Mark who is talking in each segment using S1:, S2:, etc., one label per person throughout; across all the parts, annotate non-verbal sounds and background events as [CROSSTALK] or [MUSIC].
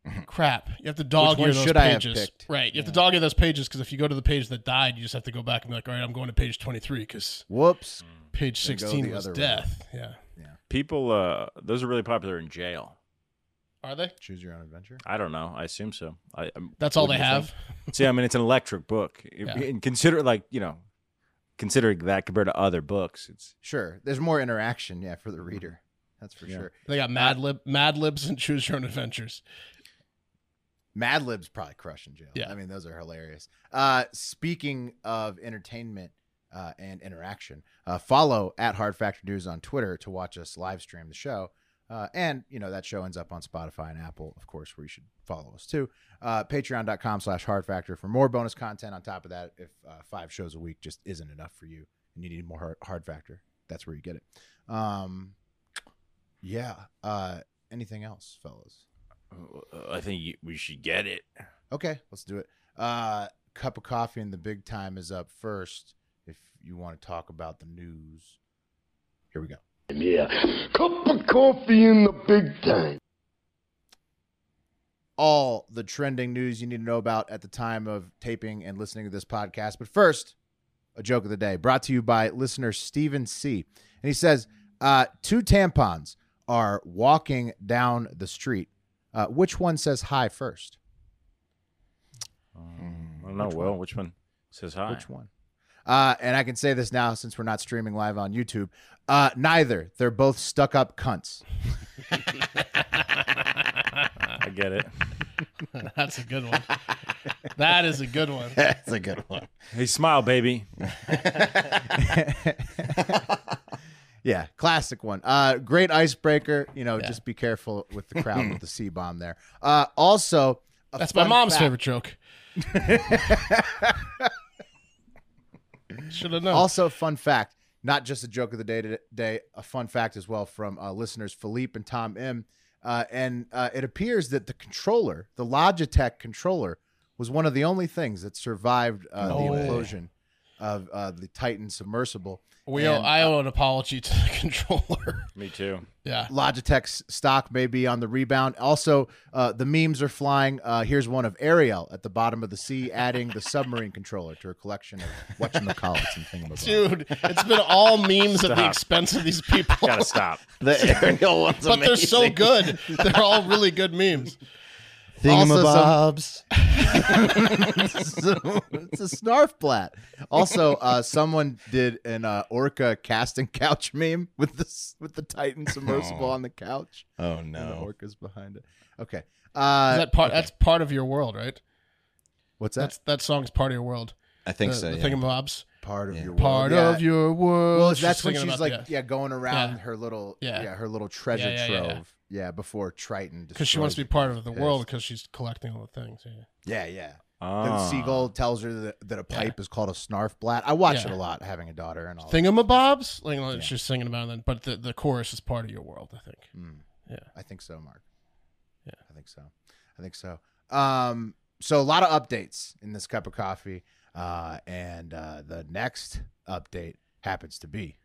S1: [LAUGHS]
S2: Crap! You have to dog
S1: one
S2: ear those
S1: should I have
S2: pages,
S1: picked?
S2: right? You have to dog ear those pages because if you go to the page that died, you just have to go back and be like, all right, I'm going to page 23 because
S1: Whoops.
S2: page
S1: Then go
S2: 16
S1: the
S2: was
S1: other way.
S2: death. Yeah,
S3: People, uh, those are really popular in jail.
S2: are they?
S1: Choose your own adventure.
S3: I don't know. I assume so. I I'm-
S2: That's all they
S3: wouldn't you
S2: have.
S3: think? See, I mean, it's an electric book, It-
S2: Yeah.
S3: and consider like you know, considering that compared to other books, it's
S1: Sure. There's more interaction, yeah, for the reader. That's for
S3: Yeah.
S1: sure.
S2: They got Mad Lib, Mad Libs, and Choose Your Own Adventures.
S1: Mad Lib's probably crushing jail.
S2: Yeah.
S1: I mean, those are hilarious. Uh, speaking of entertainment uh, and interaction, uh, follow at Hard Factor News on Twitter to watch us live stream the show. Uh, and you know that show ends up on Spotify and Apple, of course, where you should follow us too. Uh, Patreon.com slash Hard Factor for more bonus content. On top of that, if uh, five shows a week just isn't enough for you and you need more Hard, hard Factor, that's where you get it. Um, yeah. Uh, anything else, fellas?
S3: uh, I think you, we should get it.
S1: Okay, let's do it. Uh, cup of coffee and the big time is up first. If you want to talk about the news, here we go.
S4: Yeah. Cup of coffee in the big time.
S1: All the trending news you need to know about at the time of taping and listening to this podcast. But first, a joke of the day brought to you by listener Steven C. And he says, uh, two tampons are walking down the street. Uh, which one says hi first?
S3: Mm, I don't know. Well, which one says hi?
S1: Which one? Uh, and I can say this now since we're not streaming live on YouTube. Uh, neither. They're both stuck up cunts.
S3: I get it.
S2: That's a good
S1: [LAUGHS]
S2: one. That is a good one.
S5: [LAUGHS] That's a good one.
S3: Hey, smile, baby.
S1: Yeah, classic one. Uh, great icebreaker. You know, just be careful with the crowd
S2: [LAUGHS]
S1: with the C bomb there. Uh, also, a
S2: That's my
S1: fun
S2: mom's
S1: fact-
S2: favorite joke. Should have known.
S1: Also, fun fact, not just a joke of the day today, a fun fact as well from uh, listeners Philippe and Tom M. Uh, and uh, it appears that the controller, the Logitech controller, was one of the only things that survived uh, the
S2: No way.
S1: implosion of uh, the Titan submersible.
S2: we
S1: and, uh,
S2: owe, I owe an apology to the [LAUGHS] controller.
S3: Me too.
S2: yeah.
S1: Logitech's stock may be on the rebound. Also, uh, the memes are flying. Uh, here's one of Ariel at the bottom of the sea, adding the submarine controller to her collection of whatchamacallits and thingamabobs.
S2: Dude, it's been all memes at the expense of
S1: [LAUGHS]
S2: these people.
S3: Gotta [LAUGHS] stop.
S5: The aerial one's
S2: [LAUGHS] but they're so
S5: amazing.
S2: good. They're all really good memes.
S5: Thingamabobs.
S1: So, [LAUGHS] it's a snarf plat. Also, uh, someone did an uh, orca casting couch meme with this with the Titan submersible on the couch.
S5: Oh
S1: And the
S5: no.
S1: orcas behind it. Okay.
S2: Is
S1: [LAUGHS] Uh,
S2: that part? That's part of your world, right?
S1: what's that
S2: That's that song's part of your world.
S5: I think
S2: the,
S5: so.
S2: The
S5: yeah.
S2: thingamabobs.
S1: part of your world?
S2: Part
S1: Yeah.
S2: of your world.
S1: Well, that's when
S2: thinking
S1: she's
S2: about-
S1: like, yeah.
S2: yeah.
S1: going around
S2: Yeah.
S1: her little, yeah.
S2: Yeah.
S1: her little treasure
S2: yeah, yeah,
S1: trove,
S2: yeah.
S1: yeah. before Triton,
S2: because she wants to be
S1: destroys
S2: part of the world because she's collecting all the things. Yeah.
S1: it. Yeah, yeah. Then
S3: Ah.
S1: Seagull tells her that, that a pipe is called a snarf blat. I watch it
S2: Yeah.
S1: a lot, having a daughter and all. that.
S2: Thingamabobs, like, like she's singing about them, but the, the chorus is part of your world. I think.
S1: Mm. I think so, Mark.
S2: Yeah.
S1: I think so. I think so. Um, so a lot of updates in this cup of coffee, uh, and uh, the next update happens to be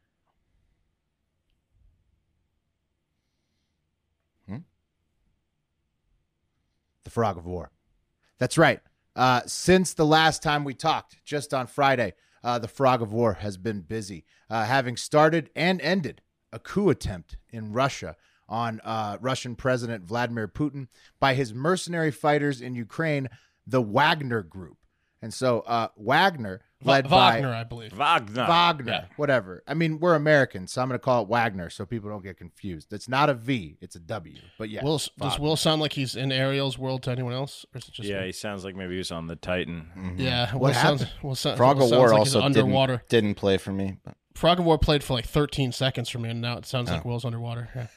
S5: Hmm?
S1: the Frog of War. That's right. Uh, since the last time we talked, just on Friday, uh, the Frog of War has been busy, uh, having started and ended a coup attempt in Russia on uh, Russian President Vladimir Putin by his mercenary fighters in Ukraine, the Wagner Group. And so uh, Wagner,
S2: Va-
S1: led
S2: Wagner,
S1: by
S2: I believe.
S3: Wagner.
S1: Wagner,
S2: yeah.
S1: whatever. I mean, we're Americans, so I'm going to call it Wagner so people don't get confused. It's not a V, it's a W. But yeah,
S2: Will s- does
S1: Wagner.
S2: Will sound like he's in Ariel's world to anyone else, or is it just
S3: yeah,
S2: me?
S3: he sounds like maybe he was on the Titan.
S2: yeah? Will
S1: What
S2: sounds,
S1: happened?
S2: Will sound,
S5: Frog
S2: Will
S5: of
S2: sounds
S5: War
S2: like he's
S5: also
S2: underwater.
S5: didn't, didn't play for me. But
S2: Frog of War played for like 13 seconds for me, and now it sounds
S1: Oh.
S2: like Will's underwater. Yeah.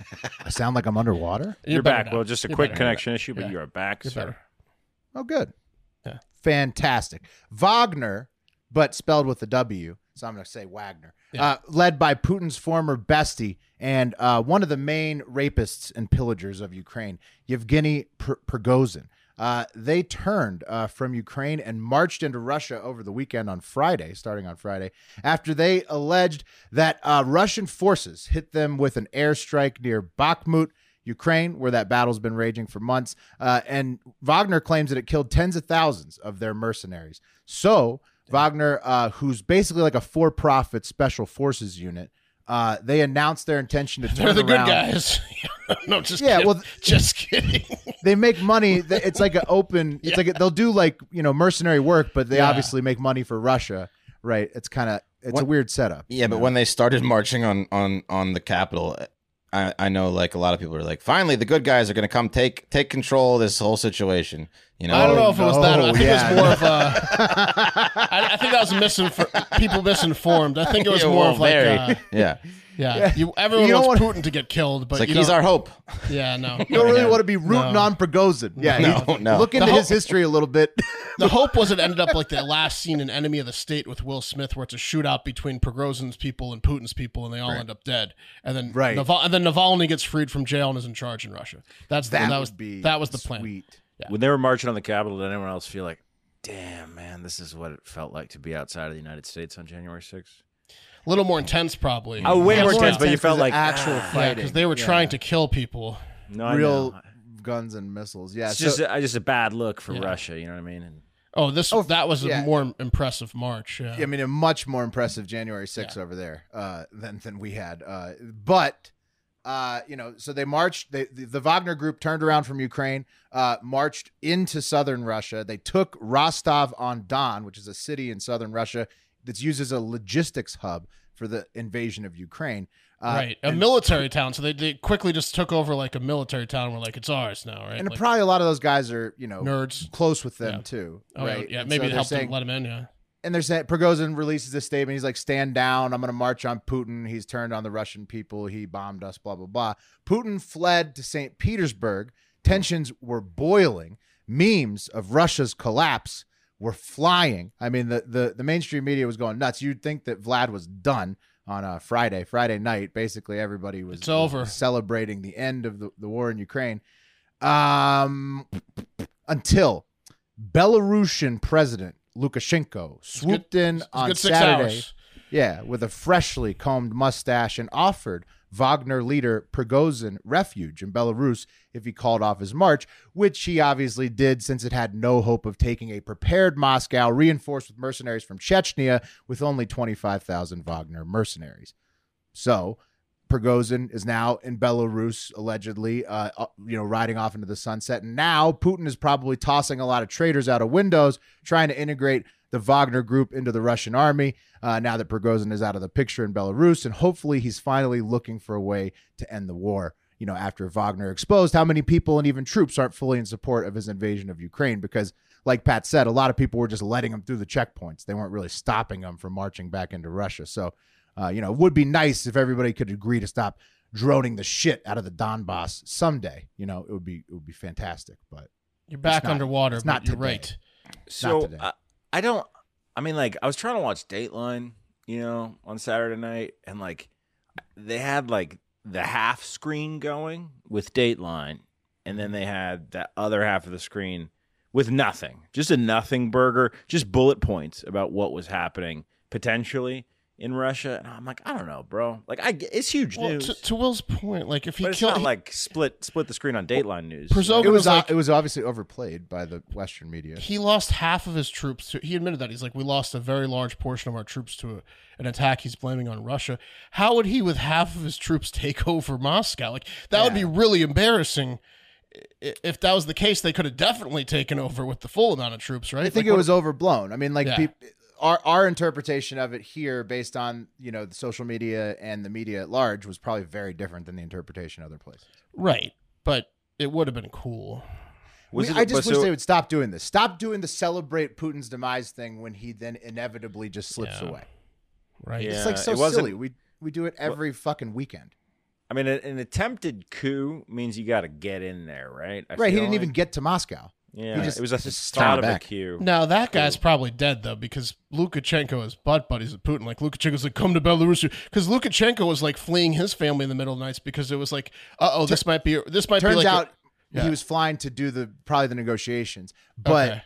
S1: I sound like I'm underwater.
S2: You're,
S3: You're,
S2: better
S3: back.
S2: now.
S3: Well, just a
S2: You're
S3: quick
S2: better.
S3: connection issue, but
S2: Yeah.
S3: you are back,
S2: You're
S3: sir.
S2: better.
S1: Oh, good.
S2: Yeah.
S1: Fantastic. Wagner, but spelled with a W. So I'm going to say Wagner.
S2: Yeah.
S1: Uh, led by Putin's former bestie and uh, one of the main rapists and pillagers of Ukraine, Yevgeny Pr- Prigozhin. Uh, they turned uh, from Ukraine and marched into Russia over the weekend on Friday, starting on Friday, after they alleged that uh, Russian forces hit them with an airstrike near Bakhmut, Ukraine, where that battle's been raging for months. Uh, and Wagner claims that it killed tens of thousands of their mercenaries. So Wagner, uh, who's basically like a for-profit special forces unit, uh, they announced their intention to turn
S2: [LAUGHS] They're the good
S1: around.
S2: guys. [LAUGHS] no, just
S1: Yeah,
S2: kidding.
S1: well,
S2: [LAUGHS] just kidding.
S1: They make money. Th- It's like an
S2: [LAUGHS]
S1: open. It's like a, they'll do like you know mercenary work, but they
S2: Yeah.
S1: obviously make money for Russia, right? It's kind of it's a
S5: What-
S1: weird setup.
S5: yeah, but
S1: you know?
S5: when they started marching on on on the Capitol, I I know like a lot of people are like, finally the good guys are gonna come take take control of this whole situation. You know,
S2: I don't know if it was that. I
S1: no,
S2: think it
S1: yeah.
S2: was more of a. I, I think that was misinfor- people misinformed. I think it
S5: [LAUGHS] [LAUGHS]
S2: was
S5: Yeah,
S2: more
S5: well,
S2: of like,
S5: very.
S2: uh,
S5: yeah,
S2: yeah, you, everyone
S1: You don't
S2: wants
S1: wanna-
S2: Putin to get killed, but
S5: it's like
S2: you
S5: he's
S2: don't-
S5: our hope. [LAUGHS]
S2: [LAUGHS] yeah, no.
S1: you don't really want to be rooting on Prigozhin. Yeah,
S2: [LAUGHS]
S5: No,
S1: he-
S5: no.
S1: Look into
S2: The
S1: his history a little
S2: [LAUGHS]
S1: bit.
S2: the hope was it ended up like the last scene in Enemy of the State with Will Smith, where it's a shootout between Progrozin's people and Putin's people, and they all end up dead. And then
S1: Right.
S2: Naval- and then Navalny gets freed from jail and is in charge in Russia. That's the,
S1: That,
S2: that, was
S1: would be
S2: that was the plan.
S1: sweet.
S3: When they were marching on the Capitol, did anyone else feel like, damn, man, this is what it felt like to be outside of the United States on January 6th?
S2: A little more intense, probably.
S3: Oh, way
S2: Yeah,
S3: more
S2: more
S3: intense, but you
S2: intense
S3: felt
S1: 'cause
S3: like
S1: actual
S3: ah,
S2: Yeah,
S1: fighting.
S2: because they were
S1: Yeah.
S2: trying to kill people.
S3: no, I
S1: real
S3: know.
S1: guns and missiles. Yeah,
S3: It's
S1: so-
S3: just, uh, a, I just a bad look for
S2: Yeah.
S3: Russia. You know what I mean? And
S2: Oh, this
S1: Oh,
S2: that was
S1: yeah.
S2: a more impressive march. Yeah.
S1: I mean, a much more impressive January 6th over there uh, than than we had. Uh, but uh, you know, so they marched. They, the, the Wagner group turned around from Ukraine, uh, marched into southern Russia. They took Rostov on Don, which is a city in southern Russia, that's used as a logistics hub for the invasion of Ukraine. Uh,
S2: right, a
S1: and-
S2: military town. So they, they quickly just took over like a military town. and We're like, it's ours now, right?
S1: and
S2: Like,
S1: probably a lot of those guys are you know
S2: nerds.
S1: close with them
S2: Yeah.
S1: too,
S2: Oh,
S1: right?
S2: yeah,
S1: And
S2: maybe
S1: so
S2: it
S1: they're
S2: helped
S1: saying-
S2: them let him in. Yeah,
S1: and they're saying Prigozhin releases this statement. He's like, "Stand down! I'm going to march on Putin. He's turned on the Russian people. He bombed us. Blah blah blah." Putin fled to Saint Petersburg. Tensions were boiling. Memes of Russia's collapse were flying. I mean, the the, the mainstream media was going nuts. You'd think that Vlad was done on a Friday, Friday night. Basically, everybody was
S2: It's over.
S1: celebrating the end of the, the war in Ukraine. Um, until Belarusian President Lukashenko swooped in
S2: It's a
S1: on
S2: good six
S1: Saturday,
S2: hours.
S1: yeah, with a freshly combed mustache and offered Wagner leader Prigozhin refuge in Belarus if he called off his march, which he obviously did since it had no hope of taking a prepared Moscow reinforced with mercenaries from Chechnya with only 25,000 Wagner mercenaries. So, Prigozhin is now in Belarus, allegedly, uh, uh, you know, riding off into the sunset. And now Putin is probably tossing a lot of traitors out of windows, trying to integrate the Wagner group into the Russian army. Uh, now that Prigozhin is out of the picture in Belarus, and hopefully he's finally looking for a way to end the war. You know, after Wagner exposed how many people and even troops aren't fully in support of his invasion of Ukraine, because, like Pat said, a lot of people were just letting him through the checkpoints. They weren't really stopping him from marching back into Russia. So uh, you know, it would be nice if everybody could agree to stop droning the shit out of the Donbass someday. You know, it would be it would be fantastic. But
S2: You're back
S1: not-
S2: underwater,
S1: it's
S2: but
S1: not
S2: you're
S1: today.
S2: right.
S1: Not
S3: So
S1: today.
S3: I, I don't. I mean, like I was trying to watch Dateline, you know, on Saturday night, and like they had like the half screen going with Dateline, and then they had that other half of the screen with nothing, just a nothing burger, just bullet points about what was happening potentially in Russia. And I'm like, I don't know, bro. Like, I get- it's huge
S2: Well,
S3: news,
S2: to, to Will's point, like if he
S3: but it's
S2: killed,
S3: not like split split the screen on Dateline news.
S2: Prezov-
S1: it was uh,
S2: like-
S1: it was obviously overplayed by the Western media.
S2: he lost half of his troops to he admitted that he's like we lost a very large portion of our troops to a, an attack he's blaming on russia how would he with half of his troops [LAUGHS] take over moscow like that would be really embarrassing I- if that was the case they could have definitely taken over with the full amount of troops right
S1: I think
S2: Like,
S1: it
S2: what-
S1: was overblown. I mean, like
S2: Yeah.
S1: peop- our our interpretation of it here, based on you know the social media and the media at large, was probably very different than the interpretation other places.
S2: right but it would have been cool
S3: Was
S1: I,
S3: it-
S1: mean, I just
S3: was
S1: wish
S3: it-
S1: they would stop doing this. Stop doing the celebrate Putin's demise thing when he then inevitably just slips
S2: Yeah.
S1: away.
S2: right
S3: Yeah.
S1: It's like so
S3: it wasn't-
S1: silly. We we do it every fucking weekend.
S3: I mean, a- an attempted coup means you got to get in there, right? I
S1: right. He
S3: feel
S1: didn't even
S3: like.
S1: get to Moscow.
S3: Yeah,
S1: just-
S3: it was a
S1: just
S3: thought
S1: stand
S3: of
S1: back.
S3: a coup.
S2: now that guy's probably dead though because Lukashenko is butt buddies with Putin. Like Lukashenko's like, come to Belarus, because Lukashenko was like fleeing his family in the middle of the nights because it was like, uh oh, this might be this might be
S1: Turns
S2: like a-
S1: out
S2: yeah.
S1: he was flying to do the probably the negotiations, but
S2: Okay.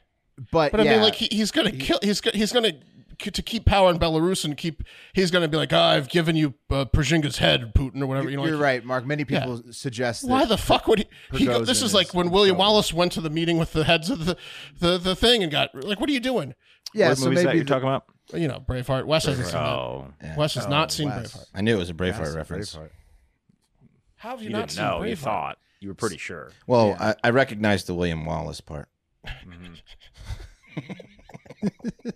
S1: but
S2: But I
S1: yeah,
S2: mean, like he, he's gonna kill. He's go- he's gonna k- to keep power in Belarus and keep. He's gonna be like, oh, I've given you uh, Przhinga's head, Putin, or whatever.
S1: you're,
S2: You know, like,
S1: right, Mark. Many people suggest
S2: Why
S1: that
S2: the fuck would he? he go,
S1: Prigozhin
S2: this is
S1: is
S2: like when William
S1: incredible.
S2: Wallace went to the meeting with the heads of the, the the thing and got like, what are you doing?
S1: yeah.
S3: what
S1: so
S3: movie is
S1: maybe
S3: that you're
S1: the-
S3: talking about?
S2: You know, Braveheart. Wes hasn't seen that.
S3: Oh,
S2: Wes has not seen
S1: Wes.
S2: Braveheart.
S5: I knew it was a Braveheart
S1: that's
S5: reference.
S1: Braveheart.
S2: How have you,
S3: you
S2: not
S3: didn't
S2: seen
S3: know. You
S2: Braveheart?
S3: thought you were pretty sure.
S5: Well, I, I recognized the William Wallace part. [LAUGHS]
S3: Mm-hmm.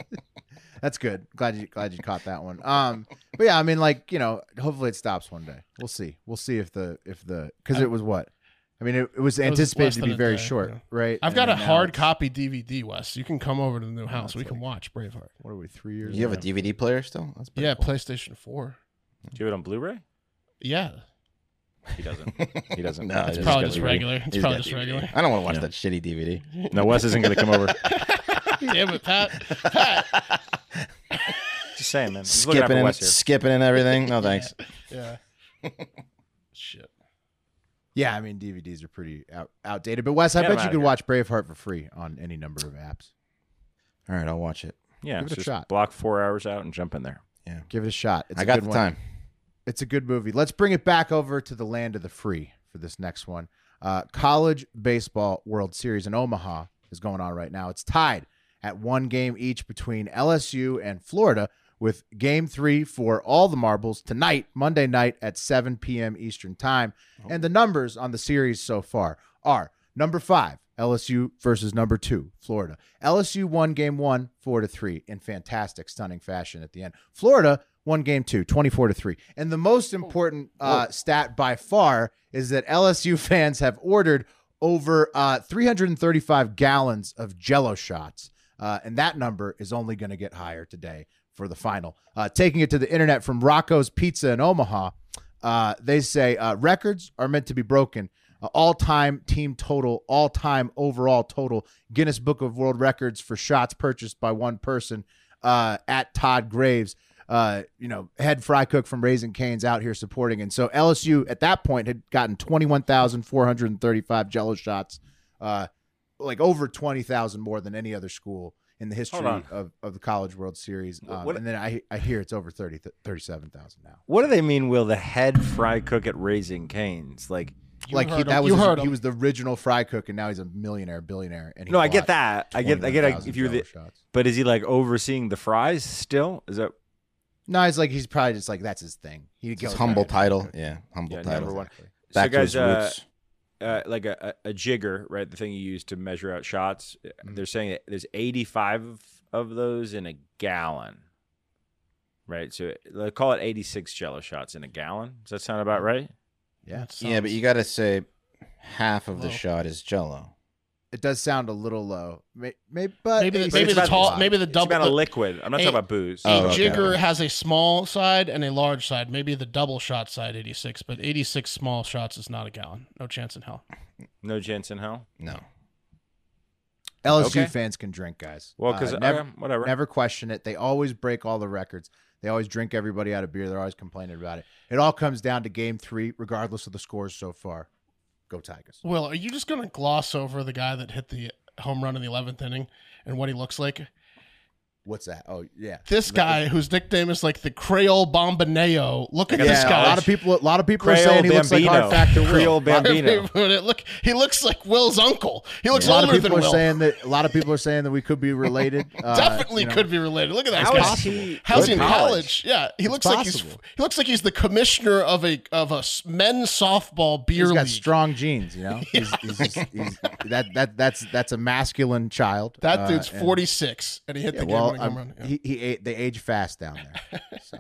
S1: That's good. Glad you glad you caught that one. Um, [LAUGHS] but yeah, I mean, like you know, hopefully it stops one day. We'll see. We'll see if the if the because it was what. I mean, it, it was
S2: less
S1: anticipated to
S2: than
S1: be
S2: a
S1: very
S2: day,
S1: short,
S2: yeah.
S1: right?
S2: I've
S1: And
S2: got a
S1: then now
S2: hard
S1: it's-
S2: copy DVD, Wes. You can come over to the
S3: Oh,
S2: new house. We can watch Braveheart.
S1: What are we? Three years.
S5: You have a
S1: ago?
S5: DVD player still? That's pretty
S2: Yeah,
S5: cool.
S2: PlayStation Four.
S3: Do you have it on Blu-ray?
S2: Yeah,
S5: [LAUGHS]
S3: He doesn't. He doesn't.
S5: No,
S3: it's
S5: he's
S2: probably
S5: got
S2: just
S5: DVD.
S2: regular. It's
S5: He's
S2: probably
S5: got
S2: just
S5: DVD.
S2: regular.
S5: I don't want to watch that shitty DVD.
S3: no, Wes isn't going to come over.
S2: damn it, Pat. Pat.
S3: [LAUGHS] Just saying, man. Just looking out
S5: skipping
S3: for
S5: and
S3: Wes here.
S5: skipping and everything. No
S2: [LAUGHS]
S5: thanks.
S2: Yeah. Shit.
S1: Yeah, I mean DVDs are pretty out, outdated. But Wes, I
S3: Get 'em
S1: bet you
S3: outta
S1: could
S3: here.
S1: watch Braveheart for free on any number of apps.
S5: All right, I'll watch it.
S3: Yeah,
S1: Give it a
S3: just
S1: shot.
S3: block four hours out and jump in there.
S1: Give it a shot. It's
S5: I
S1: a
S5: got
S1: good
S5: the
S1: one.
S5: time.
S1: It's a good movie. Let's bring it back over to the land of the free for this next one. Uh, College Baseball World Series in Omaha is going on right now. It's tied at one game each between LSU and Florida, with game three for all the marbles tonight, Monday night at 7 p.m. Eastern Time. And the numbers on the series so far are number five, LSU versus number two, Florida. LSU won game one, four to three, in fantastic, stunning fashion at the end. Florida won game two, 24 to three. And the most important uh, stat by far is that LSU [LAUGHS] fans have ordered over uh, 335 gallons of jello shots. Uh, and that number is only going to get higher today for the final. Uh, taking it to the internet from Rocco's Pizza in Omaha, uh, they say uh, records are meant to be broken. Uh, all time team total, all time overall total, Guinness Book of World Records for shots purchased by one person uh, at Todd Graves. Uh, you know, head fry cook from Raising Canes out here supporting. And so LSU at that point had gotten 21,435 jello shots, uh, like over 20,000 more than any other school in the history
S3: on.
S1: of, of the College World Series. Um,
S3: what-
S1: and then I, I hear it's over 30, 37,000 now.
S3: What do they mean? Will the head fry cook at Raising Canes? Like,
S2: You
S1: like
S2: heard
S1: he, that
S2: him.
S1: was
S2: you
S1: his-
S2: heard
S1: he
S2: him.
S1: was the original fry cook, and now he's a millionaire, billionaire. And he
S3: no, I get
S1: bought
S3: that. I get, I get. Like,
S1: 21,000
S3: if you're the,
S1: jello shots.
S3: but is he like overseeing the fries still? Is that
S1: no, it's like he's probably just like that's his thing. He
S5: It's
S1: goes back
S5: humble
S1: and-
S5: title. Yeah, humble
S3: Yeah,
S5: title.
S3: number one.
S1: Exactly.
S5: Back
S3: so,
S5: to
S3: guys?
S5: his
S3: Uh,
S5: roots.
S3: uh, like a, a a jigger, right? The thing you use to measure out shots. Uh,
S2: Mm-hmm.
S3: They're saying that there's 85 of- of those in a gallon, right? So they call it 86 Jello shots in a gallon. Does that sound
S2: Mm-hmm.
S3: about right?
S1: Yeah,
S2: That
S5: yeah, but
S2: sounds-
S5: you got to say half of the
S2: Low.
S5: shot is Jello.
S1: it does sound a little low. Maybe, maybe, but
S2: maybe
S1: it's-
S2: the, maybe
S3: it's
S2: the
S3: about-
S2: tall, maybe the
S3: It's about a
S2: double. the-
S3: liquid. I'm not
S2: Hey,
S3: talking about booze. Uh,
S2: A
S5: Oh, okay.
S2: jigger has a small side and a large side. Maybe the double shot side, 86, but 86 small shots is not a gallon. No chance in hell.
S3: No chance in hell.
S5: No,
S1: LSU
S3: Okay.
S1: fans can drink, guys.
S3: Well,
S1: Uh,
S3: because
S1: never,
S3: whatever.
S1: never question it. They always break all the records. They always drink everybody out of beer. They're always complaining about it. It all comes down to game three, regardless of the scores so far. Go Tigers.
S2: Will, are you just going to gloss over the guy that hit the home run in the 11th inning and what he looks like?
S1: What's that? Oh yeah,
S2: This guy, whose nickname is like the Creole Bomboneo, look at
S3: Yeah,
S2: this
S1: a
S2: guy.
S1: lot of people. A lot of people are
S3: Creole
S1: saying he looks like Hard
S3: Bambino.
S1: Factor Will.
S3: Creole
S1: A lot-
S3: Bambino.
S2: [LAUGHS] look, he looks like Will's uncle. He looks
S1: A lot of
S2: older
S1: people
S2: than
S1: are
S2: Will.
S1: saying that. A lot of people are saying that we could be
S2: [LAUGHS]
S1: related. Uh,
S2: Definitely
S1: you know,
S2: could be related. Look at that
S3: How
S2: guy.
S3: is he
S2: How's he in
S3: good
S2: college? Yeah, he looks like he's
S1: possible.
S2: he looks like he's the commissioner of a of a s- men's softball beer
S1: He's
S2: league.
S1: got strong genes, you
S2: [LAUGHS]
S1: know. He's, he's just, he's, that that that's that's a masculine child.
S2: that
S1: Uh,
S2: dude's
S1: and-
S2: forty six, and he hit
S1: yeah,
S2: the game
S1: well,
S2: winning home
S1: um,
S2: run. Yeah.
S1: he, he a- they age fast down there.
S2: [LAUGHS]
S1: So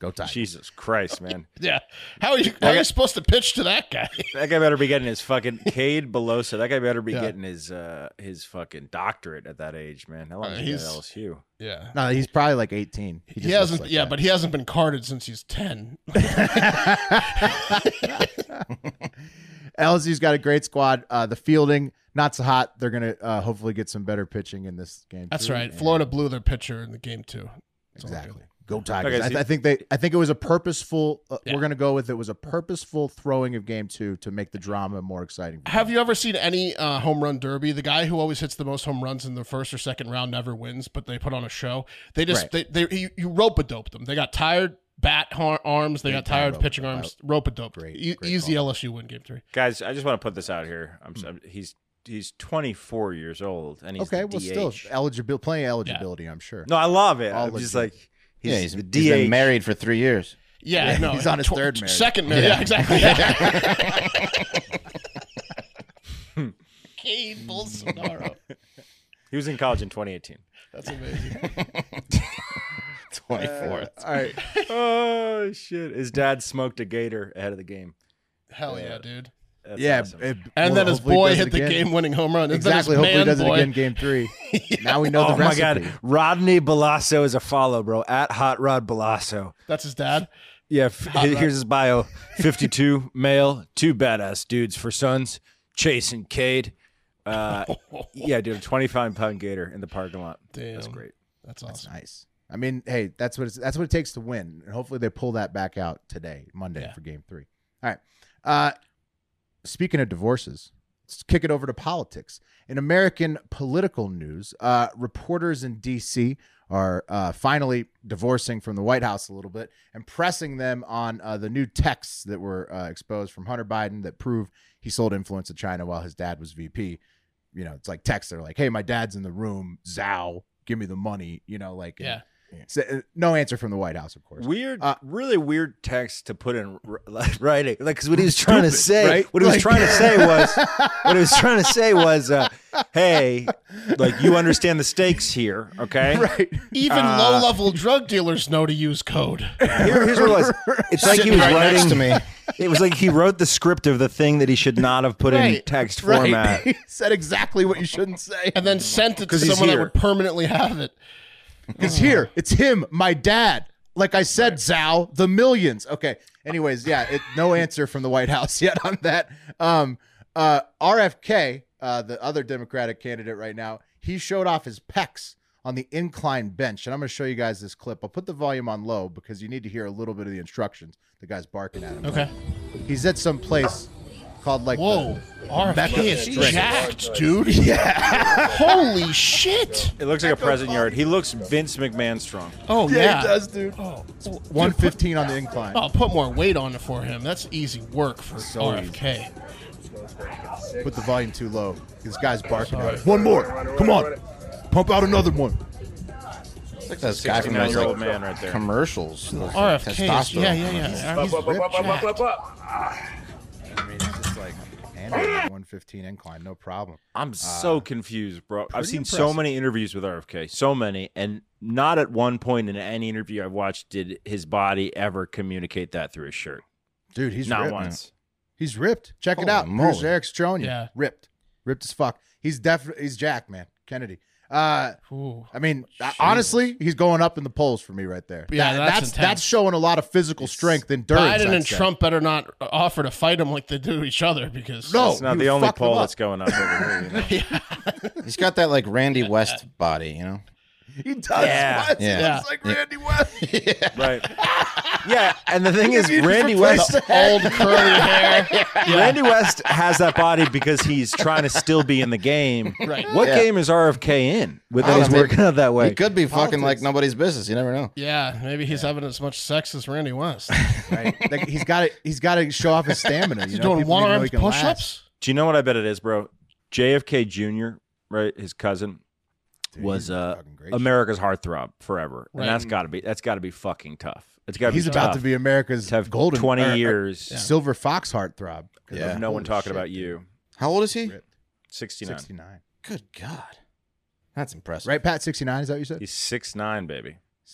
S1: go Tigers.
S3: Jesus Christ, man.
S2: yeah, how are you? How are you supposed to pitch to that guy?
S3: That guy better be getting his fucking Cade Belosa. That guy better be
S2: Yeah.
S3: getting his uh his fucking doctorate at that age, man. How long
S2: Uh,
S3: has he been at
S2: he's-
S3: LSU?
S2: Yeah,
S1: No, he's probably like eighteen.
S2: he,
S1: just looks
S2: hasn't.
S1: like
S2: yeah,
S1: that.
S2: but he hasn't been carded since he's ten.
S1: [LAUGHS] LSU's got a great squad. Uh, the fielding not so hot. They're gonna uh, hopefully get some better pitching in this game.
S2: That's
S1: too.
S2: right.
S1: And-
S2: Florida blew their pitcher in the game too. That's all
S1: Exactly.
S2: good.
S1: Go Tigers.
S3: Okay,
S1: I,
S3: so-
S1: I think they. I think it was a purposeful. Uh,
S2: Yeah.
S1: We're gonna go with it was a purposeful throwing of game two to make the drama more exciting.
S2: Have you ever seen any uh, home run derby? The guy who always hits the most home runs in the first or second round never wins, but they put on a show. They just
S1: Right.
S2: they, they you, you rope a dope them. They got tired bat har- arms. They
S1: Big
S2: got
S1: time
S2: tired pitching
S1: rope-a-dope.
S2: arms. Rope a dope.
S1: Great,
S2: E-
S1: great
S2: easy
S1: call.
S2: LSU win game three.
S3: Guys, I just want to put this out here. I'm
S1: Hmm.
S3: so, he's he's 24 years old and he's
S1: Okay,
S3: the
S1: well,
S3: DH.
S1: still eligible, plenty of eligibility, I'm sure.
S3: No, I love it.
S1: All
S3: I'm just
S1: legit.
S3: like he's,
S5: yeah, he's,
S3: the
S5: he's
S3: DH.
S5: been married for three
S3: [LAUGHS]
S5: years.
S2: Yeah,
S1: Yeah,
S2: no,
S1: he's on his third marriage.
S2: second marriage. Yeah, exactly. Yeah.
S1: [LAUGHS]
S2: [LAUGHS] Cade Bolsonaro.
S3: He was in college in 2018.
S5: [LAUGHS]
S2: That's amazing.
S5: Twenty fourth.
S1: All
S3: [LAUGHS]
S1: right,
S3: oh shit! His dad smoked a gator ahead of the game.
S2: Hell yeah, dude.
S3: That's
S1: yeah,
S3: awesome.
S1: it- well,
S2: And then his
S1: hopefully he
S2: boy
S1: does it
S2: hit the
S1: again.
S2: game-winning home run. And then his
S1: Exactly. Hopefully, he
S2: man
S1: does
S2: boy-
S1: it again. Game three.
S2: [LAUGHS]
S1: Now we know
S3: Oh
S1: the
S3: my
S1: recipe.
S3: god, Rodney Belasso is a follow, bro. At Hot Rod Belasso.
S2: That's his dad.
S3: Yeah, f- he- here's his bio 52, male, two badass dudes for sons, Chase and Cade.
S1: [LAUGHS]
S3: Uh, yeah, dude, 25 pound gator in the parking lot. That's
S2: Damn.
S3: great.
S2: [LAUGHS] That's awesome.
S1: Nice. I mean, hey, that's what it's, that's what it takes to win, and hopefully they pull that back out today, Monday
S2: Yeah.
S1: for Game Three. All right. Uh, speaking of divorces, let's kick it over to politics. In American political news, uh, reporters in D.C. are uh, finally divorcing from the White House a little bit and pressing them on uh, the new texts that were uh, exposed from Hunter Biden that prove he sold influence to China while his dad was VP you know, it's like texts that are like, "Hey, my dad's in the room. Zow, give me the money." You know, like and
S2: Yeah.
S1: So, no answer from the White House, of course.
S3: Weird,
S1: Uh,
S3: really weird text to put in r- [LAUGHS] like, writing. Like, because what he was trying to say,
S1: right?
S3: what he was
S1: Like-
S3: [LAUGHS] trying to say was,
S1: [LAUGHS]
S3: what he was trying to say was, uh, hey, like you understand the stakes here, [LAUGHS] okay?
S1: right.
S2: Even low-level drug dealers know to use code.
S3: Here- here's what it was. It's like he was
S5: right
S3: writing
S5: next to me.
S3: It was like he wrote the script of the thing that he should not have put in
S1: Right.
S3: text
S1: Right.
S3: format.
S1: [LAUGHS] He said exactly what you shouldn't say.
S2: and [LAUGHS] then sent it to
S3: 'Cause he's
S2: someone that
S3: here.
S2: would permanently have it.
S1: Because
S2: Oh.
S1: here, it's him, my dad. Like I said, Zao, the millions. Okay. Anyways, yeah, it,
S2: [LAUGHS]
S1: no answer from the White House [LAUGHS] yet on that. Um, uh, RFK, uh, the other Democratic candidate right now, he showed off his pecs on the incline bench, and I'm going to show you guys this clip. I'll put the volume on low because you need to hear a little bit of the instructions. The guy's barking at him.
S2: Okay.
S1: He's at some place called like [LAUGHS]
S2: Whoa.
S1: the-
S2: RFK is
S1: Drake.
S2: jacked, dude. [LAUGHS] Yeah. Holy shit.
S3: [LAUGHS] It looks like a present yard. He looks Vince McMahon strong.
S2: Oh yeah.
S1: yeah, he does, dude.
S2: Oh, dude,
S1: 115 on the incline.
S2: put- I'll put more weight on it for him. That's easy work for
S1: So easy.
S2: RFK.
S1: Put the volume too low. This guy's barking at him.
S4: One more. Come on. Pump out another one.
S5: It's like that guy from
S3: 69
S5: those
S3: year old
S5: like,
S3: man right there.
S5: commercials. those, like,
S2: RFK. Is, yeah, yeah, yeah. He's ripped jacked.
S1: I mean, it's just like and 115 incline, no problem.
S3: I'm so confused, bro. I've
S1: Uh, pretty
S3: seen so
S1: impressive.
S3: many interviews with RFK, so many, and not at one point in any interview I've watched did his body ever communicate that through his shirt.
S1: Dude, he's
S3: not
S1: ripped.
S3: once.
S1: He's ripped. Check
S5: Holy
S1: it out.
S5: moly.
S1: Bruce Eric's showing you.
S2: Yeah.
S1: Ripped. Ripped as fuck. He's definitely he's Jack, man. Kennedy. Uh
S2: Ooh.
S1: I mean, I- honestly, he's going up in the polls for me right there.
S2: Oh, Yeah, that's
S1: that's
S2: intense.
S1: that's showing a lot of physical strength and endurance.
S2: Biden
S1: I'd
S2: and
S1: say.
S2: Trump better not offer to fight him like they do each other because
S1: No.
S3: It's not
S1: Oh, you
S3: the only
S1: fucked him
S3: poll
S1: up.
S3: that's going up over here.
S1: [LAUGHS]
S3: You know?
S5: [LAUGHS] He's got that like Randy West body, you know.
S1: He does.
S3: Yeah.
S1: Wes. He
S5: Yeah.
S1: looks like Randy West.
S3: Right. Yeah, and the thing
S1: [LAUGHS]
S3: is,
S1: You just
S3: Randy
S1: replaced
S3: West,
S1: the
S2: old curly hair.
S3: Randy West has that body because he's trying to still be in the game.
S2: Right.
S3: What
S5: Yeah.
S3: game is RFK in? With
S5: I
S3: that he's
S5: don't know.
S3: working out that way.
S5: He could be fucking like nobody's business. You never know.
S2: Yeah, maybe he's having as much sex as Randy West.
S1: right. Like he's got to he's got to show off his stamina. You
S2: He's
S1: know?
S2: doing
S1: People need to know
S2: one-arm
S1: he can last.
S2: push-ups.
S3: Do you know what I bet it is, bro? JFK Jr., right? His cousin
S1: Dude,
S3: was
S1: he's
S3: uh,
S1: fucking great.
S3: America's heartthrob forever,
S2: Right.
S3: and that's got to be that's got to be fucking tough. It's got to be.
S1: He's about
S3: tough
S1: to be America's
S3: to have
S1: golden
S3: twenty
S1: or- or
S3: years
S1: silver fox heartthrob.
S5: Yeah.
S3: of no
S1: Holy
S3: one talking
S1: shit,
S3: about
S1: dude.
S3: you.
S5: How old is he?
S1: Ripped.
S3: Sixty nine.
S1: 69.
S5: Good God, that's impressive.
S1: Right, Pat? 69, is that what you said?
S3: He's six nine, baby.
S1: [SIGHS]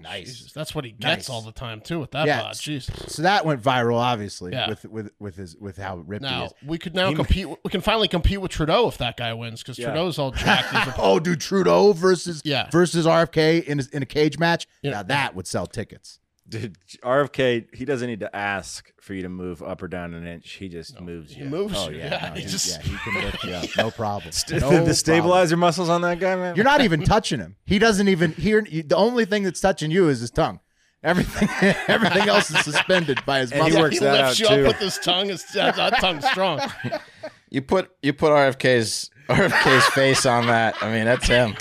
S1: nice.
S2: Jesus, that's what he gets
S1: Nice.
S2: all the time too with that
S1: Yeah.
S2: bod. Jesus.
S1: So that went viral, obviously,
S2: Yeah.
S1: with with with his with how ripped he
S2: Now
S1: is.
S2: we could now compete. We can finally compete with Trudeau if that guy wins because
S3: Yeah.
S2: Trudeau's all jacked. He's a-
S1: [LAUGHS]
S2: [LAUGHS]
S1: Oh, dude, Trudeau versus
S2: Yeah.
S1: versus RFK in a- in a cage match.
S2: Yeah.
S1: Now that would sell tickets.
S3: Dude, RFK, he doesn't need to ask for you to move up or down an inch. He just moves
S2: he
S3: you.
S2: moves.
S1: Oh
S2: you.
S1: yeah,
S2: yeah,
S1: no,
S2: he
S1: he,
S2: just-
S1: yeah, he can lift you up,
S2: [LAUGHS]
S1: no problem.
S3: [LAUGHS] The-
S1: No
S3: the
S1: problem.
S3: stabilizer muscles on that guy, man.
S1: You're not even touching him. He doesn't even hear. The only thing that's touching you is his tongue. Everything, [LAUGHS] everything else is suspended by his
S3: And he
S1: muscle.
S3: works
S2: he
S3: that
S2: lifts
S3: out,
S2: you
S3: too.
S2: up with his tongue. His that that tongue's strong.
S5: You put you put RFK's RFK's face on that. I mean, that's him.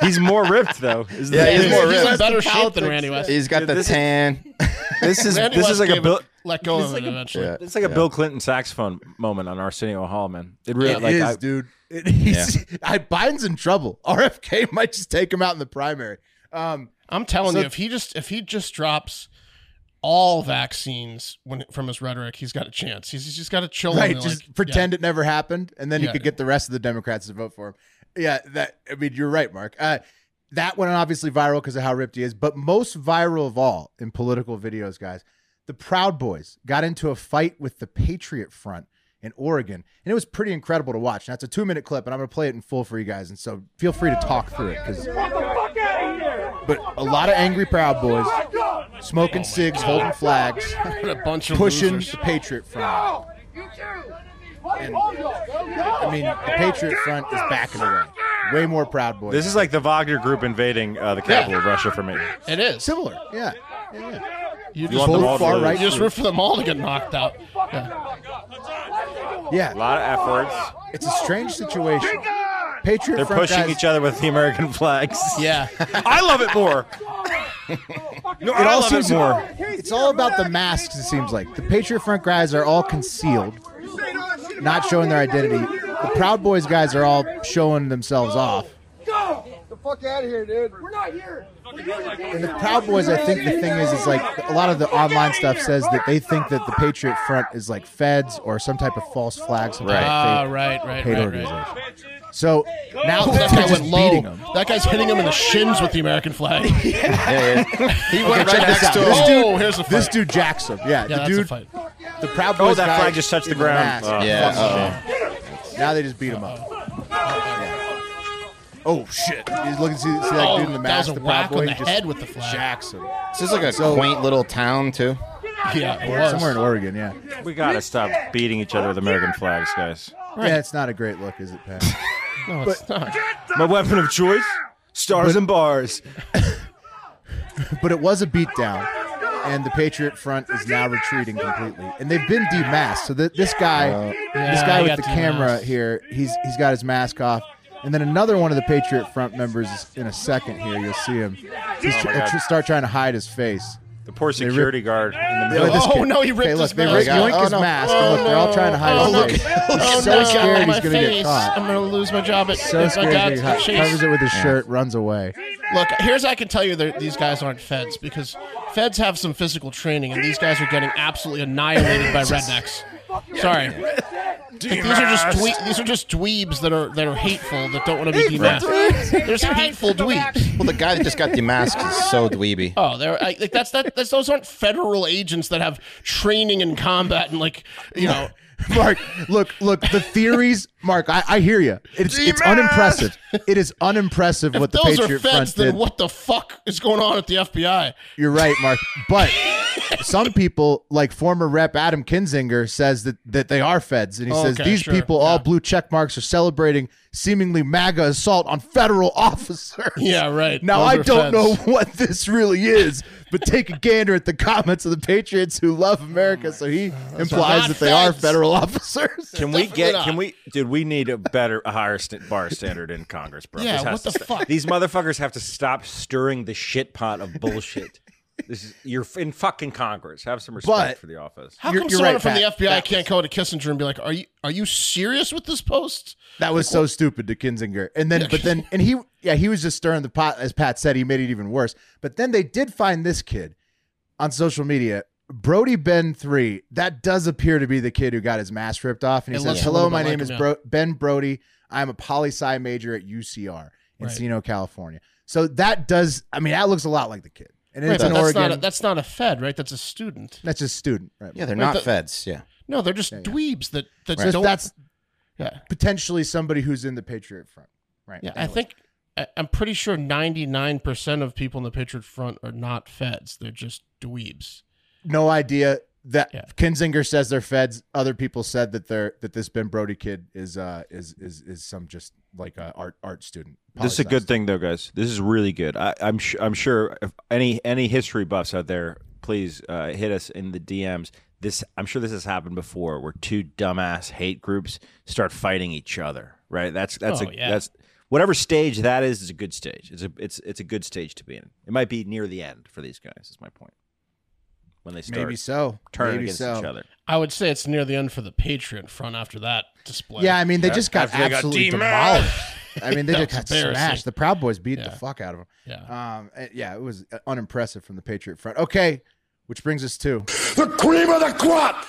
S3: He's more
S1: [LAUGHS]
S3: ripped though. is the
S5: Yeah,
S3: thing.
S5: he's more
S2: he's in
S5: ripped.
S2: better shape than Randy West.
S5: He's got
S3: Dude,
S5: the
S3: this-
S5: tan. [LAUGHS]
S3: This is
S2: Randy
S3: this
S2: West
S3: is like a
S2: gave
S3: bill.
S2: it- let go of it eventually.
S5: Yeah.
S3: It's like a Bill Clinton saxophone moment on Arsenio Hall, man. It really
S1: It
S3: like
S1: is,
S3: I,
S1: dude. It, he's, [LAUGHS] I, Biden's in trouble. [LAUGHS] RFK might just take him out in the primary. Um,
S2: I'm telling
S1: So-
S2: you, if he just if he just drops all vaccines when from his rhetoric, he's got a chance. He's, he's just got to chill.
S1: right,
S2: and,
S1: just
S2: like,
S1: pretend it never happened, and then
S2: Yeah.
S1: he could get the rest of the Democrats to vote for him. Yeah, that. I mean, you're right, Mark. Uh, that went obviously viral because of how ripped he is, but most viral of all in political videos, guys, the Proud Boys got into a fight with the Patriot Front in Oregon, and it was pretty incredible to watch. Now it's a two minute clip, and I'm gonna play it in full for you guys, and so feel free to talk through it because. But a lot of angry Proud Boys, smoking cigs, holding flags,
S2: Yeah. What a bunch of
S1: pushing
S2: losers.
S1: the Patriot Front. I mean, the Patriot Front is backing away. Way more Proud Boys.
S3: this is like the Wagner Group invading uh, the capital of Russia for me.
S2: It is.
S1: similar. Yeah. Yeah, yeah.
S2: You
S3: You want
S2: just
S3: them
S1: Both
S3: all to
S1: far
S3: lose.
S1: right.
S2: you just root for them all to get knocked out. Yeah.
S1: Yeah.
S3: A lot of efforts.
S1: It's a strange situation. Patriot
S3: They're
S1: Front
S3: pushing
S1: guys,
S3: each other with the American flags.
S1: [LAUGHS]
S2: Yeah.
S3: I love it more. no, I
S1: all
S3: love it
S1: seems-
S3: more.
S1: It's all about the masks, it seems like. The Patriot Front guys are all concealed, not showing their identity. The Proud Boys guys are all showing themselves off.
S6: fuck out of here, dude. We're not here. We're doing a
S1: And
S6: game
S1: the
S6: now.
S1: Proud Boys, I think the thing is, is like a lot of the online stuff says that they think that the Patriot Front is like feds or some type of false flag, some type
S2: Ah,
S1: of fake
S2: right, right,
S1: paid
S2: right, right.
S1: organization. So now
S2: Oh,
S1: that
S2: that
S1: they're
S2: guy
S1: just
S2: went
S1: beating
S2: low.
S1: them.
S2: That guy's hitting him in the shins with the American
S1: [LAUGHS]
S2: flag.
S5: Yeah,
S3: [LAUGHS]
S5: yeah. He went right
S1: Check this
S5: next
S1: out.
S5: to
S1: This
S5: him.
S1: dude,
S2: Oh, here's the
S1: this
S2: fight.
S1: dude jacks him. Yeah,
S2: Yeah,
S1: the
S2: that's
S1: dude,
S2: a fight.
S1: [LAUGHS] the Proud Boys.
S3: Oh, that
S1: guy
S3: flag just touched
S1: in
S3: the ground.
S1: mask.
S3: Oh.
S5: Yeah,
S1: Fucking shit. Now they just beat him up. Yeah. Oh shit! He's looking to see, see that
S2: Oh,
S1: dude in the
S2: that
S1: mask.
S2: was a
S1: the Proud
S2: whack on
S1: Boy
S2: the
S1: just
S2: head with the flag.
S1: jacks him.
S5: [LAUGHS] This is like a quaint little town too.
S2: Yeah, it was.
S1: Somewhere in Oregon, yeah.
S3: We gotta stop beating each other with American flags, guys.
S1: Yeah, it's not a great look, is it,
S2: [LAUGHS]
S1: Pat?
S2: No, it's not.
S3: My weapon of choice: stars and bars.
S1: but it was a beatdown, and the Patriot Front is now retreating completely. And they've been demasked. So th- this guy, this
S2: Yeah,
S1: guy
S2: he
S1: with
S2: got
S1: the camera
S2: demasked.
S1: here, he's he's got his mask off. And then another one of the Patriot Front members is in a second here. You'll see him.
S2: Oh
S1: He's tr-
S3: God.
S1: tr- start trying to hide his face.
S3: The poor security guard in the middle.
S1: Look at this
S2: Oh,
S1: kid.
S2: no, he ripped
S1: okay, look,
S2: his
S1: they
S2: mask.
S1: ripped-
S5: Oh,
S1: yoinked his
S5: no.
S1: mask. and look, they're all trying to hide
S2: Oh,
S1: his
S2: look.
S1: face.
S2: Oh,
S1: He's so
S2: no,
S1: scared
S2: my
S1: he's going to get
S2: face.
S1: caught.
S2: I'm gonna lose my job. At,
S1: So
S2: if I
S1: scared he's
S2: got
S1: going to get caught.
S2: chased.
S1: Covers it with his shirt, runs away. [LAUGHS]
S2: Look, here's how I can tell you that these guys aren't feds because feds have some physical training, and these guys are getting absolutely annihilated by rednecks. Sorry, Like, these are just dwe- these are just dweebs that are that are hateful that don't want to be demasked. There's hateful dweebs.
S5: Well, the guy that just got demasked is so [LAUGHS] dweeby.
S2: Oh, they're I, like that's that. That's, those aren't federal agents that have training in combat and like you know.
S1: Mark, look, look, the theories, Mark, I, I hear you. It's it's unimpressive. It is unimpressive
S2: If
S1: what the
S2: those
S1: Patriot
S2: are feds,
S1: Front
S2: then
S1: did.
S2: what the fuck is going on at the FBI?
S1: You're right, Mark. But some people, like former rep Adam Kinzinger, says that, that they are feds. And he
S2: Oh,
S1: says
S2: okay,
S1: these
S2: sure,
S1: people, all
S2: yeah.
S1: blue check marks, are celebrating seemingly MAGA assault on federal [LAUGHS] officers.
S2: Yeah, right.
S1: Now,
S2: Those
S1: I
S2: are
S1: don't
S2: feds.
S1: know what this really is, but take a gander at the comments of the Patriots who love America.
S2: Oh
S1: so he implies
S2: not
S1: that they are
S2: feds.
S1: federal [LAUGHS] officers.
S3: Can we
S2: Definitely
S3: get?
S2: not.
S3: Can we, dude? We need a better, a higher st- bar standard in Congress, bro.
S2: Yeah,
S3: This has
S2: what
S3: to
S2: the
S3: st-
S2: fuck?
S3: These motherfuckers have to stop stirring the shit pot of bullshit. this is you're in fucking Congress. Have some respect
S1: But-
S3: for the office.
S2: How
S1: You're-
S2: come
S1: you're
S2: someone
S1: right,
S2: from
S1: Pat.
S2: the FBI
S1: That
S2: can't go to Kissinger and be like, "Are you are you serious with this post?"
S1: That was so stupid to Kinzinger. And then, but then, and he, yeah, he was just stirring the pot, as Pat said, he made it even worse. But then they did find this kid on social media, Brody Ben 3. That does appear to be the kid who got his mask ripped off. And he
S2: It
S1: says,
S2: looks a
S1: Hello,
S2: little
S1: my
S2: bit
S1: name
S2: like
S1: is
S2: him,
S1: Bro- Ben Brody. I'm a poli sci major at UCR in
S2: Right.
S1: Sino, California. So that does, I mean, that looks a lot like the kid. And
S2: Right,
S1: it's
S2: but
S1: in
S2: that's
S1: Oregon.
S2: not a, that's not a Fed, right? That's a student.
S1: that's just student. Right.
S5: Yeah, they're
S2: Wait,
S5: not
S2: the-
S5: feds. Yeah.
S2: No, they're just
S1: yeah.
S2: dweebs that that
S1: So
S2: don't.
S1: that's
S2: yeah,
S1: potentially somebody who's in the Patriot front. Right.
S2: yeah. I
S1: Anyway.
S2: think I, I'm pretty sure 99 percent of people in the Patriot Front are not Feds. They're just dweebs.
S1: no idea that
S2: Yeah.
S1: Kinzinger says they're feds. Other people said that they're that this Ben Brody kid is uh is is is some just like uh, art art student.
S3: This is
S1: poli-sci
S3: a good
S1: student.
S3: thing though, guys. This is really good. I, I'm su I'm sure if any any history buffs out there, please uh, hit us in the DMs. This I'm sure this has happened before, where two dumbass hate groups start fighting each other. Right? That's that's
S2: Oh,
S3: a
S2: yeah.
S3: that's whatever stage that is is a good stage. It's a it's it's a good stage to be in. It might be near the end for these guys. Is my point. When they start
S1: Maybe so.
S3: turning
S1: Maybe
S3: against
S1: so.
S3: each other.
S2: I would say it's near the end for the Patriot Front after that display.
S1: Yeah, I mean they just got
S4: After they got
S1: absolutely
S4: demolished.
S1: demolished. I mean they
S2: That
S1: just
S2: was
S1: got
S2: embarrassing.
S1: smashed. The Proud Boys beat the
S2: Yeah.
S1: fuck out of them.
S2: yeah.
S1: Um, uh, yeah, it was uh, unimpressive from the Patriot front. Okay, which brings us to
S4: The cream of the crop!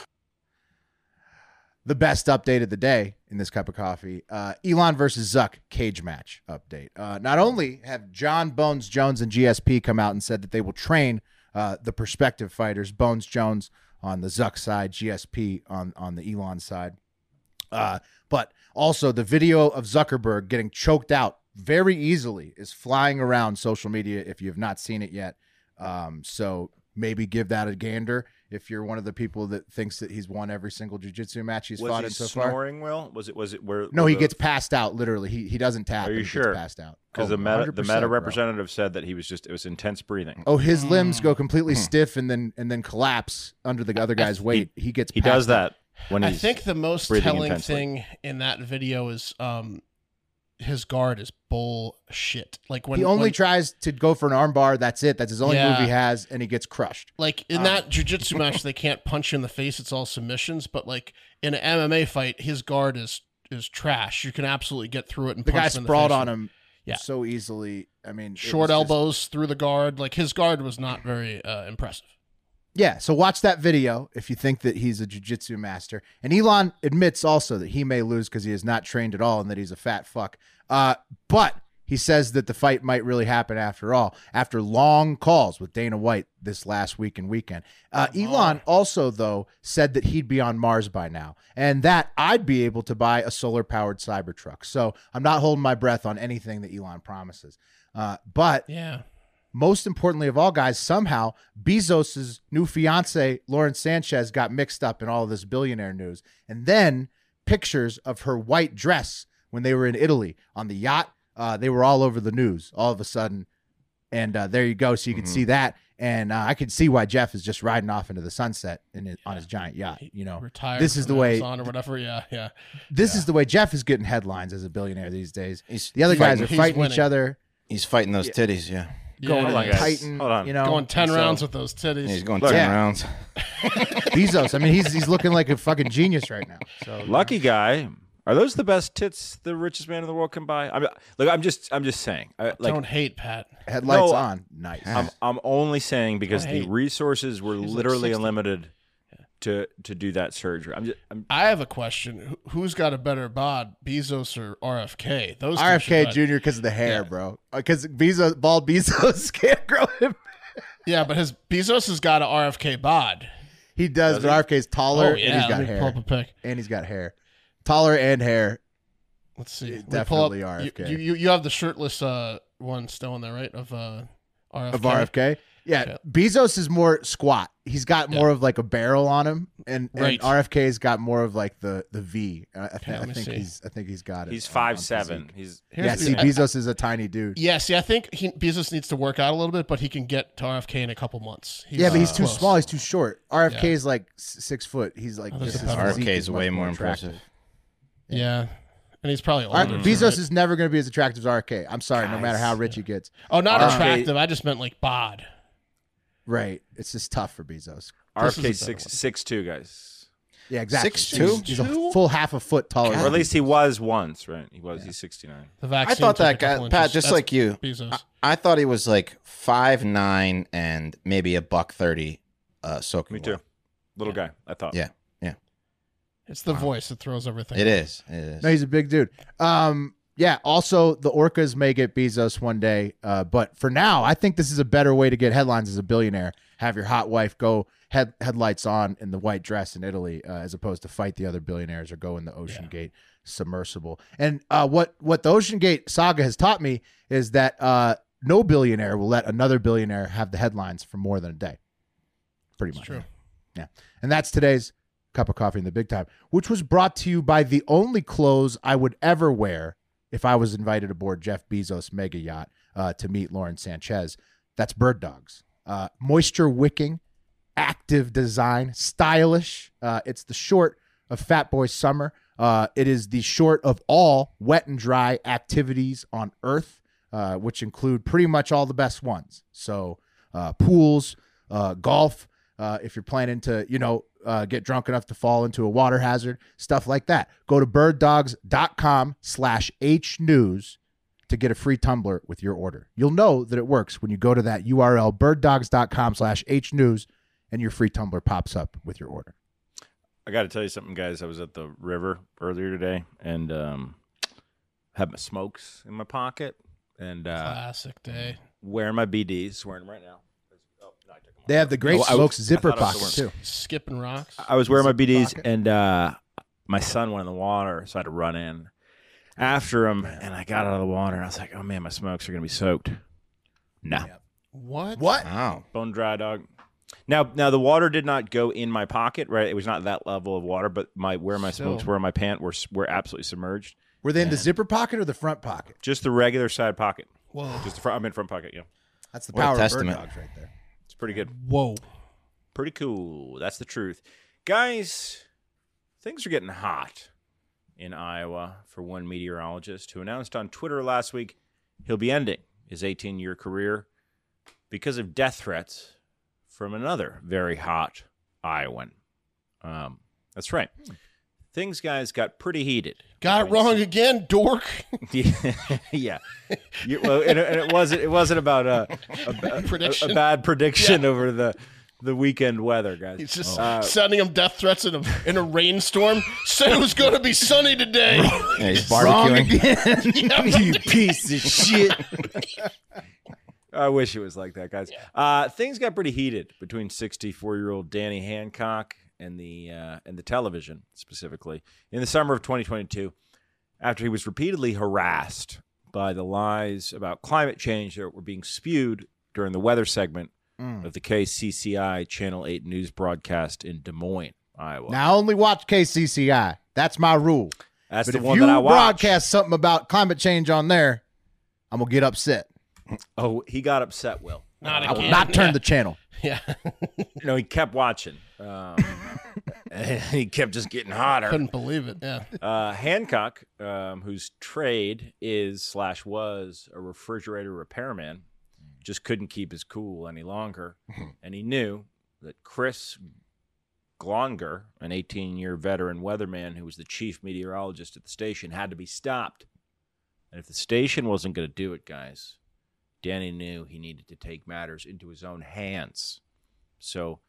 S1: the best update of the day in this cup of coffee uh, Elon versus Zuck cage match update. Uh, not only have John Bones Jones and GSP come out and said that they will train uh, the prospective fighters, Bones Jones on the Zuck side, GSP on, on the Elon side, uh, but also the video of Zuckerberg getting choked out very easily is flying around social media if you have not seen it yet. Um, so maybe give that a gander if you're one of the people that thinks that he's won every single jujitsu match he's
S3: Was
S1: fought
S3: he
S1: in so far.
S3: snoring? Will was it was it where?
S1: No,
S3: were
S1: he
S3: the-
S1: gets passed out literally. He he doesn't tap.
S3: Are you
S1: and he
S3: sure?
S1: Gets passed out
S3: because
S1: Oh,
S3: the meta the
S1: 100%,
S3: meta
S1: bro.
S3: representative said that he was just it was intense breathing.
S1: Oh, his limbs
S2: Mm.
S1: go completely stiff and then and then collapse under the other guy's weight. He, gets
S3: He does
S1: passed out.
S3: that when
S2: I
S3: he's
S2: think the most
S3: breathing
S2: telling
S3: intensely.
S2: thing in that video is um his guard is bullshit. Like when
S1: he only
S2: when-
S1: tries to go for an armbar. That's it. That's his only move
S2: Yeah.
S1: he has, and he gets crushed.
S2: Like in
S1: [LAUGHS]
S2: that jujitsu match, they can't punch you in the face; it's all submissions. But like in an MMA fight, his guard is is trash. You can absolutely get through it and
S1: The
S2: punch
S1: guy
S2: him in
S1: sprawled
S2: the face.
S1: on him
S2: Yeah.
S1: so easily. I mean, it was
S2: Short
S1: just-
S2: elbows through the guard. Like his guard was not very uh, impressive.
S1: Yeah, so watch that video if you think that he's a jiu-jitsu master. And Elon admits also that he may lose because he is not trained at all and that he's a fat fuck. Uh, but he says that the fight might really happen after all, after long calls with Dana White this last week and weekend. Uh,
S2: Oh,
S1: Elon also, though, said that he'd be on Mars by now and that I'd be able to buy a solar-powered Cybertruck. So I'm not holding my breath on anything that Elon promises. Uh, but
S2: Yeah.
S1: most importantly of all, guys, somehow Bezos' new fiance, Lauren Sanchez, got mixed up in all this billionaire news. And then pictures of her white dress when they were in Italy on the yacht, uh, they were all over the news all of a sudden. And uh, there you go. So you can
S2: Mm-hmm.
S1: see that. And uh, I could see why Jeff is just riding off into the sunset in his, on his giant yacht. You know,
S2: Retired.
S1: This is
S2: from
S1: the way-
S2: Amazon or whatever. Yeah. Yeah.
S1: this is the way Jeff is getting headlines as a billionaire these days.
S5: He's
S1: The other guys
S5: fighting-
S1: are
S2: He's
S1: fighting each
S2: winning.
S1: other,
S5: He's fighting those titties. Yeah,
S1: going
S2: Yeah.
S3: Hold on, guys.
S1: Titan.
S3: Hold on.
S1: You know,
S2: Going ten
S1: so-
S2: rounds with those titties.
S5: he's going
S3: Look.
S5: ten
S1: Yeah.
S5: rounds.
S1: Bezos. I mean, he's he's looking like a fucking genius right now. So you know.
S3: Lucky guy. Are those the best tits the richest man in the world can buy? I mean, look, I'm just, I'm just saying. I, like,
S2: Don't hate Pat.
S1: headlights
S3: No, uh,
S1: on. Nice.
S3: I'm, I'm only saying because the
S2: hate-
S3: resources were
S2: like
S3: literally
S2: 60.
S3: unlimited to to do that surgery. I'm just, I'm,
S2: I have a question. Wh- Who's got a better bod, Bezos or RFK? Those two should
S1: RFK
S2: run.
S1: Jr. because of the hair, bro. Because Bezos, bald Bezos [LAUGHS] can't grow him.
S2: Yeah, but his Bezos has got an RFK bod.
S1: He does, but RFK's taller
S2: Oh yeah,
S1: and he's got
S2: let me
S1: hair.
S2: pull up a pic.
S1: And he's got hair. Taller and hair.
S2: Let's see.
S1: It
S2: Let me pull
S1: definitely
S2: up- you-
S1: RFK.
S2: You, you you have the shirtless uh one still in there, right? Of uh RFK.
S1: Of RFK. Yeah.
S2: Yeah.
S1: Bezos is more squat. He's got
S2: Yeah.
S1: more of like a barrel on him. And, and
S2: Right.
S1: RFK's got more of like the the V. I, I, thi-
S2: Okay, let
S1: I
S2: me
S1: think
S2: see.
S1: he's I think he's got it.
S3: he's
S1: on-
S3: five
S1: on
S3: seven.
S1: physique.
S3: He's
S2: Here's
S1: yeah,
S2: the-
S1: see, Bezos is a tiny dude.
S2: Yeah, see, I think he, Bezos needs to work out a little bit, but he can get to RFK in a couple months.
S1: yeah, but he's
S2: uh,
S1: too
S2: close.
S1: small. He's too short. RFK
S2: Yeah.
S1: is like s- six foot. He's like
S2: Oh,
S1: just
S2: there's
S1: his
S2: a pedal.
S1: physique
S5: RFK is
S1: much
S5: way more
S1: attractive.
S5: impressive.
S2: Yeah. and he's probably older.
S1: Ar-
S2: too,
S1: Bezos
S2: right?
S1: is never going to be as attractive as RFK. I'm sorry, no matter how
S3: Guys.
S1: rich he gets.
S2: oh, not
S3: RFK
S2: attractive. I just meant like bod.
S1: Right. It's just tough for Bezos.
S2: This is a
S3: RFK
S2: better
S3: six
S2: one.
S3: six two guys,
S1: Yeah, exactly.
S5: 6'2"?
S1: He's, he's a full half a foot taller.
S3: or at least he was once, right? He was. He's sixty nine.
S2: The
S5: I
S2: vaccine.
S5: thought
S2: took a
S5: that guy,
S2: couple
S5: Pat,
S2: inches.
S5: just
S2: That's
S5: like you,
S2: Bezos.
S5: I, I thought he was like five nine and maybe a buck thirty. Uh, soaking
S3: Me too.
S5: wet.
S3: Little guy. I thought.
S5: Yeah,
S2: It's the voice that throws everything.
S5: it is. It is.
S1: No, he's a big dude. Um, yeah. Also, the orcas may get Bezos one day, uh, but for now, I think this is a better way to get headlines as a billionaire. Have your hot wife go head headlights on in the white dress in Italy, uh, as opposed to fight the other billionaires or go in the Ocean Gate submersible. And uh, what what the Ocean Gate saga has taught me is that uh, no billionaire will let another billionaire have the headlines for more than a day. Pretty much.
S2: true.
S1: Yeah. And that's today's cup of coffee in the big time, which was brought to you by the only clothes I would ever wear if I was invited aboard Jeff Bezos' mega yacht uh, to meet Lauren Sanchez. That's Bird Dogs. Uh, moisture wicking, active design, stylish. Uh, it's the short of Fat Boy Summer. Uh, it is the short of all wet and dry activities on Earth, uh, which include pretty much all the best ones. So uh, pools, uh, golf. Uh, if you're planning to, you know, uh, get drunk enough to fall into a water hazard, stuff like that. Go to birddogs.com slash hnews to get a free tumbler with your order. You'll know that it works when you go to that URL, birddogs.com slash hnews, and your free tumbler pops up with your order.
S3: I got to tell you something, guys. I was at the river earlier today and um, had my smokes in my pocket and uh,
S2: Classic day.
S3: wearing my BDs. Wearing them right now. Oh, no, I took 'em off.
S1: They have the great
S3: Oh, I-
S1: smokes zipper
S3: I thought it
S1: pocket,
S3: was the
S1: too.
S3: worm.
S2: Skipping rocks.
S3: I was wearing my BDs,
S1: pocket.
S3: and uh, my son went in the water, so I had to run in after him. And I got out of the water, and I was like, "Oh man, my smokes are gonna be soaked." No,
S2: What?
S1: What?
S3: [LAUGHS]
S5: Wow.
S3: bone dry, dog. Now, now the water did not go in my pocket, right? It was not that level of water, but my where my smokes
S2: Still.
S3: were, in my pant were s- were absolutely submerged.
S1: Were they in the zipper pocket or the front pocket?
S3: Just the regular side pocket,
S2: Whoa.
S3: just the front. I'm in front pocket. Yeah,
S1: That's the
S5: What a
S1: power of bird
S5: testament.
S1: dogs right there.
S3: it's pretty good,
S2: Whoa.
S3: pretty cool. That's the truth, guys. Things are getting hot in Iowa for one meteorologist who announced on Twitter last week he'll be ending his 18 year career because of death threats from another very hot Iowan. Um, that's right. things, guys, got pretty heated.
S2: Got it wrong again, dork.
S3: yeah, [LAUGHS] yeah. You, well, and, and it wasn't it wasn't about a, a, a-
S2: [LAUGHS] Prediction.
S3: a bad prediction over the the weekend weather, guys. Uh,
S2: He's just sending him death threats in a in a rainstorm. Said it was going to be sunny today.
S5: Yeah, he's
S2: [LAUGHS]
S5: barbecuing.
S3: you piece of shit. [LAUGHS] I wish it was like that, guys. Uh, things got pretty heated between 64-year-old Danny Hancock and the uh, and the television specifically in the summer of 2022, after he was repeatedly harassed by the lies about climate change that were being spewed during the weather segment
S1: Mm.
S3: of the KCCI Channel 8 news broadcast in Des Moines, Iowa.
S1: Now I only watch KCCI. That's my rule.
S3: That's
S1: but
S3: the
S1: if
S3: one
S1: you
S3: that I watch.
S1: broadcast something about climate change on there, I'm gonna get upset.
S3: Oh, he got upset, Will.
S2: Not
S1: I
S2: again.
S1: will not turn the channel.
S2: Yeah,
S3: No, he kept watching. Um, [LAUGHS] and he kept just getting hotter.
S2: couldn't believe it. Yeah,
S3: Uh, Hancock, um, whose trade is slash was a refrigerator repairman, just couldn't keep his cool any longer, and he knew that Chris Glonger, an 18-year veteran weatherman who was the chief meteorologist at the station, had to be stopped. And if the station wasn't going to do it, guys, Danny knew he needed to take matters into his own hands. So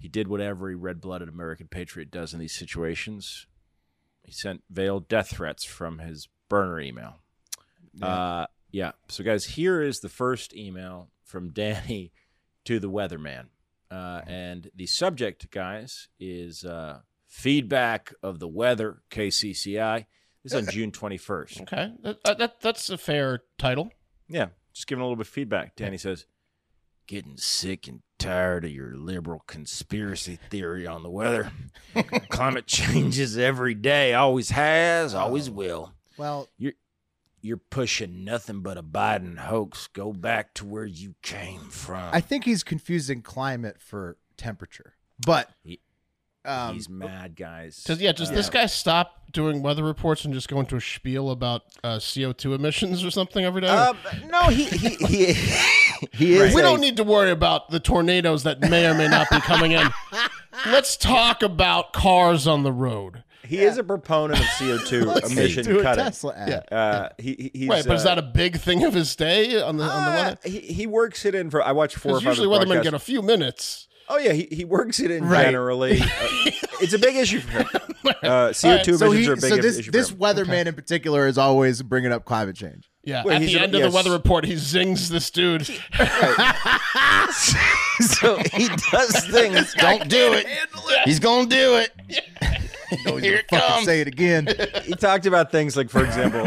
S3: he did what every red blooded American patriot does in these situations. He sent veiled death threats from his burner email. Yeah. Uh, yeah. So, guys, here is the first email from Danny [LAUGHS] to the weatherman. Uh, and the subject, guys, is uh, feedback of the weather, KCCI. This is on June 21st.
S2: okay, that, uh, that that's a fair title.
S3: Yeah, just giving a little bit of feedback. Danny says, Getting sick and tired of your liberal conspiracy theory on the [LAUGHS] weather. Climate changes every day, always has, always will.
S1: Well,
S3: You're pushing nothing but a Biden hoax. Go back to where you came from.
S1: I think he's confusing climate for temperature, but
S3: He-
S1: um,
S3: He's mad, guys.
S2: Does yeah? Does
S3: Uh,
S2: this guy stop doing weather reports and just go into a spiel about uh, CO two emissions or something every day?
S3: Um, no, he he he, he is.
S2: we don't
S3: a-
S2: need to worry about the tornadoes that may or may not be coming
S3: [LAUGHS]
S2: in. Let's talk about cars on the road.
S3: [LAUGHS] He is a proponent of CO [LAUGHS] two
S1: let's
S3: emission
S1: do a
S3: cutting.
S1: Tesla ad.
S3: Uh, he, he- he's,
S2: Right, but is
S3: uh,
S2: that a big thing of his day on the on the
S3: Uh,
S2: weather?
S3: He, he works it in for. I watch four. Or
S2: Because
S3: five of
S2: usually
S3: the
S2: weathermen
S3: podcasts.
S2: get a few minutes.
S3: Oh yeah, he, he works it in
S1: Right. [LAUGHS]
S3: generally. Uh, it's a big issue for him. Uh, CO
S2: Alright,
S3: two emissions
S1: So, he,
S3: are a big
S1: so this
S3: issue
S1: this [LAUGHS]
S3: for him.
S1: weatherman in particular is always bringing up climate change.
S2: Yeah,
S3: Wait,
S2: at
S3: he's
S2: the
S3: a-
S2: end of
S3: yes.
S2: the weather report, he zings this dude. [LAUGHS]
S3: so he does
S5: [LAUGHS]
S3: things.
S5: Don't do it. He's gonna do it.
S1: Here it comes. Say it again.
S3: He talked about things like, for example,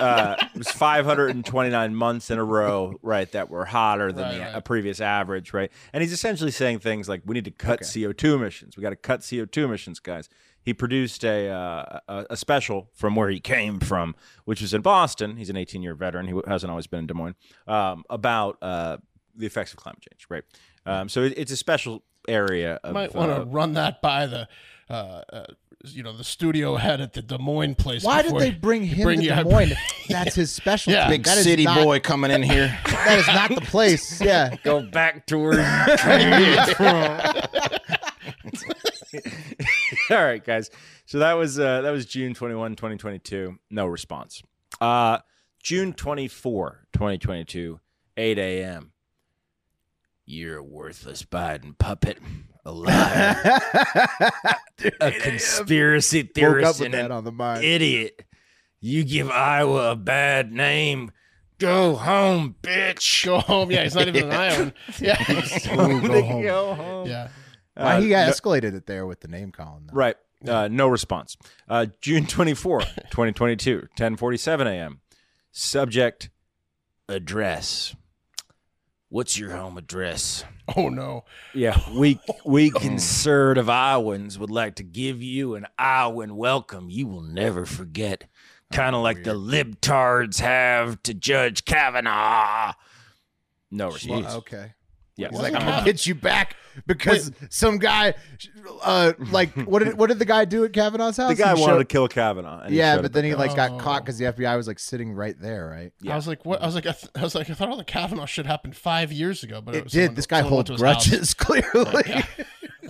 S3: uh, it was 529 months in a row, right, that were hotter than
S2: Right,
S3: the
S2: right.
S3: a previous average, right? And he's essentially saying things like, "We need to cut CO two emissions. We got to cut CO two emissions, guys." He produced a, uh, a a special from where he came from, which was in Boston. He's an 18 year veteran. He hasn't always been in Des Moines. Um, about uh, the effects of climate change, right? Um, so it, it's a special area of
S2: Might want
S3: uh,
S2: to run that by the, uh, uh, you know, the studio head at the Des Moines place.
S1: Why did
S2: before
S1: they
S2: you-
S1: bring
S2: you
S1: him
S2: bring
S1: to
S2: you-
S1: Des Moines? That's his specialty.
S2: Yeah.
S5: Big
S1: That is
S5: city
S1: not-
S5: boy coming in here.
S1: That is not the place. Yeah.
S3: go back to where you came from. [LAUGHS] All right, guys. So that was uh, that was June 21, 2022. No response. Uh, June 24, 2022, 8 a.m. You're a worthless Biden puppet,
S1: [LAUGHS]
S3: a liar, a conspiracy
S1: Woke up
S3: theorist,
S1: with
S3: and
S1: that
S3: an
S1: on the mind.
S3: idiot. You give Iowa a bad name. Go home,
S2: [LAUGHS]
S3: bitch.
S2: Go home. Yeah, he's not
S3: [LAUGHS]
S2: even in Iowa. Yeah,
S1: go home.
S3: Go home.
S2: yeah.
S1: Why he
S3: no-
S1: escalated it there with the name column. Though.
S3: Right. Uh, no response. Uh, June 24, [LAUGHS] 2022, 1047 a.m. Subject address. What's your home address?
S2: Oh no.
S3: Yeah, we we concerned of Iowans would like to give you an Iowan welcome you will never forget. Kind of like the libtards have to Judge Kavanaugh. No response.
S1: Well, okay.
S3: Yes.
S1: He's like, I'm gonna get you back because some guy, uh, like,
S3: [LAUGHS]
S1: what did what did the guy do at Kavanaugh's house?
S3: the guy
S1: He
S3: wanted to
S1: showed-
S3: kill Kavanaugh. and he
S1: yeah,
S3: showed
S1: but
S3: up
S1: then he
S3: at
S1: like got
S2: Oh.
S1: caught because the FBI was like sitting right there, right?
S2: I was like, what? I was like, I, th- I was like, I thought all the Kavanaugh shit happened five years ago, but it,
S1: It
S2: was
S1: did.
S2: someone-
S1: This guy [LAUGHS]
S2: someone went [LAUGHS]
S1: holds
S2: to his house.
S1: grudges clearly.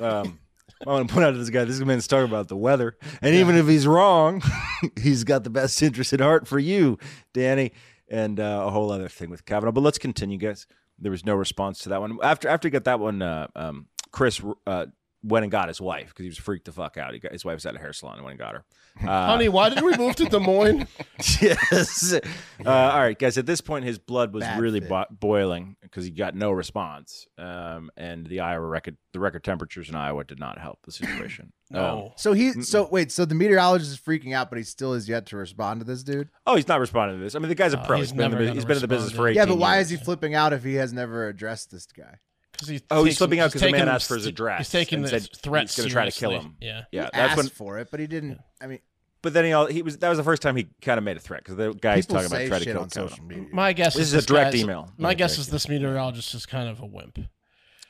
S3: Um, I want to point out to this guy, this man's talking about the weather. And even if he's wrong, [LAUGHS] he's got the best interest at heart for you, Danny, and uh, a whole other thing with Kavanaugh. But let's continue, guys. There was no response to that one. After after he got that one, uh, um, Chris uh, went and got his wife because he was freaked the fuck out. He got, his wife was at a hair salon and went and got her. Uh,
S2: Honey, why did we move to Des
S3: [LAUGHS]
S2: Moines?
S1: [LAUGHS]
S3: yes. Uh, all right, guys. At this point, his blood was
S1: Bad
S3: really
S1: fit.
S3: bo- boiling because he got no response, um, and the Iowa record, the record temperatures in Iowa did not help the situation. Um,
S2: No.
S1: So he so wait, so the meteorologist is freaking out, but he still is yet to respond to this dude.
S3: oh, he's not responding to this. I mean, the guy's a
S1: Uh,
S2: No,
S3: pro.
S2: he's
S3: he's been, in the,
S2: never
S3: bu-
S2: gonna
S3: he's been in the business
S2: respond
S3: for
S2: to
S3: eight.
S1: Yeah,
S2: it.
S1: but why is he flipping out if he has never addressed this guy?
S2: 'Cause he
S3: Oh, he's
S2: takes-
S3: slipping out 'cause the
S2: taking
S3: man
S2: him
S3: asked for his
S2: se-
S3: address
S2: He's taking
S3: and
S2: the
S3: said
S2: threats
S3: he's gonna try to kill
S2: seriously.
S3: him.
S2: Yeah.
S3: Yeah,
S1: he
S3: that's
S1: asked
S3: when.
S1: for it, but he didn't. I mean,
S3: But then he, all, he was. That was the first time he kind of made a threat because the guy's
S1: people
S3: talking about
S1: say
S3: trying to
S1: shit
S3: kill
S1: on
S3: Kavanaugh.
S1: social media.
S2: My guess
S3: This is a
S2: this
S3: direct
S2: guy's-
S3: email.
S2: My
S3: Not a
S2: guess
S3: direct
S2: is this meteorologist is kind of a wimp.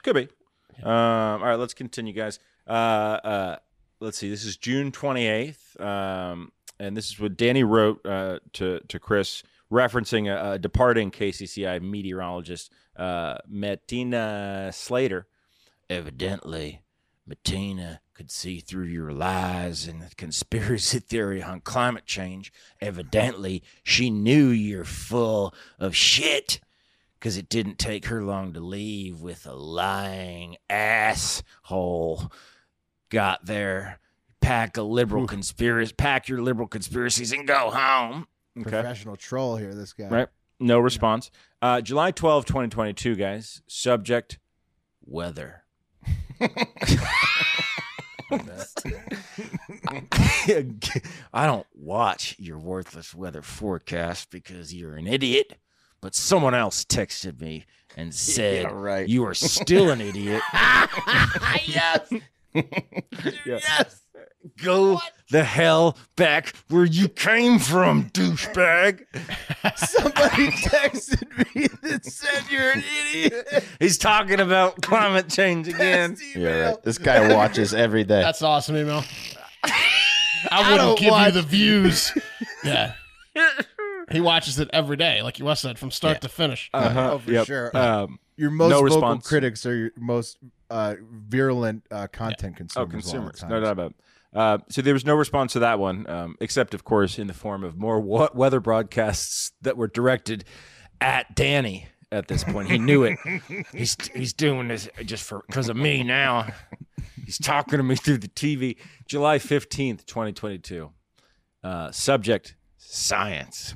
S3: Could be. Um, all right, let's continue, guys. Uh, uh, let's see. This is June 28th, um, and this is what Danny wrote uh, to to Chris, referencing a, a departing KCCI meteorologist, uh, Martina Slater. Evidently, Martina could see through your lies and the conspiracy theory on climate change. Evidently, she knew you're full of shit because it didn't take her long to leave with a lying asshole. Got there, pack a liberal conspiracy, pack your liberal conspiracies, and go home.
S1: professional troll here, this guy.
S3: Right. No response. Uh, July 12, 2022, guys. Subject weather. [LAUGHS] I don't watch your worthless weather forecast because you're an idiot, but someone else texted me [LAUGHS] and said,
S5: right.
S3: You are still an idiot. [LAUGHS] yes. Yes. Go the hell back where you came from, douchebag.
S1: [LAUGHS]
S5: [LAUGHS]
S1: Somebody texted me that said you're an idiot. [LAUGHS]
S3: He's talking about climate change again.
S5: [LAUGHS] Yeah, right. This guy watches every day.
S2: That's awesome email. I wouldn't give you the views. Yeah. He watches it every day, like you said, from start to finish.
S1: Oh, for sure.
S3: Uh-huh, Um,
S1: your most vocal
S3: response.
S1: critics are your most uh, virulent uh, content consumers.
S3: oh, consumers. No doubt about it. Uh, so there was no response to that one, um, except, of course, in the form of more wa- weather broadcasts that were directed at Danny. At this point, he knew it. he's he's doing this just for because of me now. He's talking to me through the TV. July fifteenth, twenty twenty two. Uh, subject: science.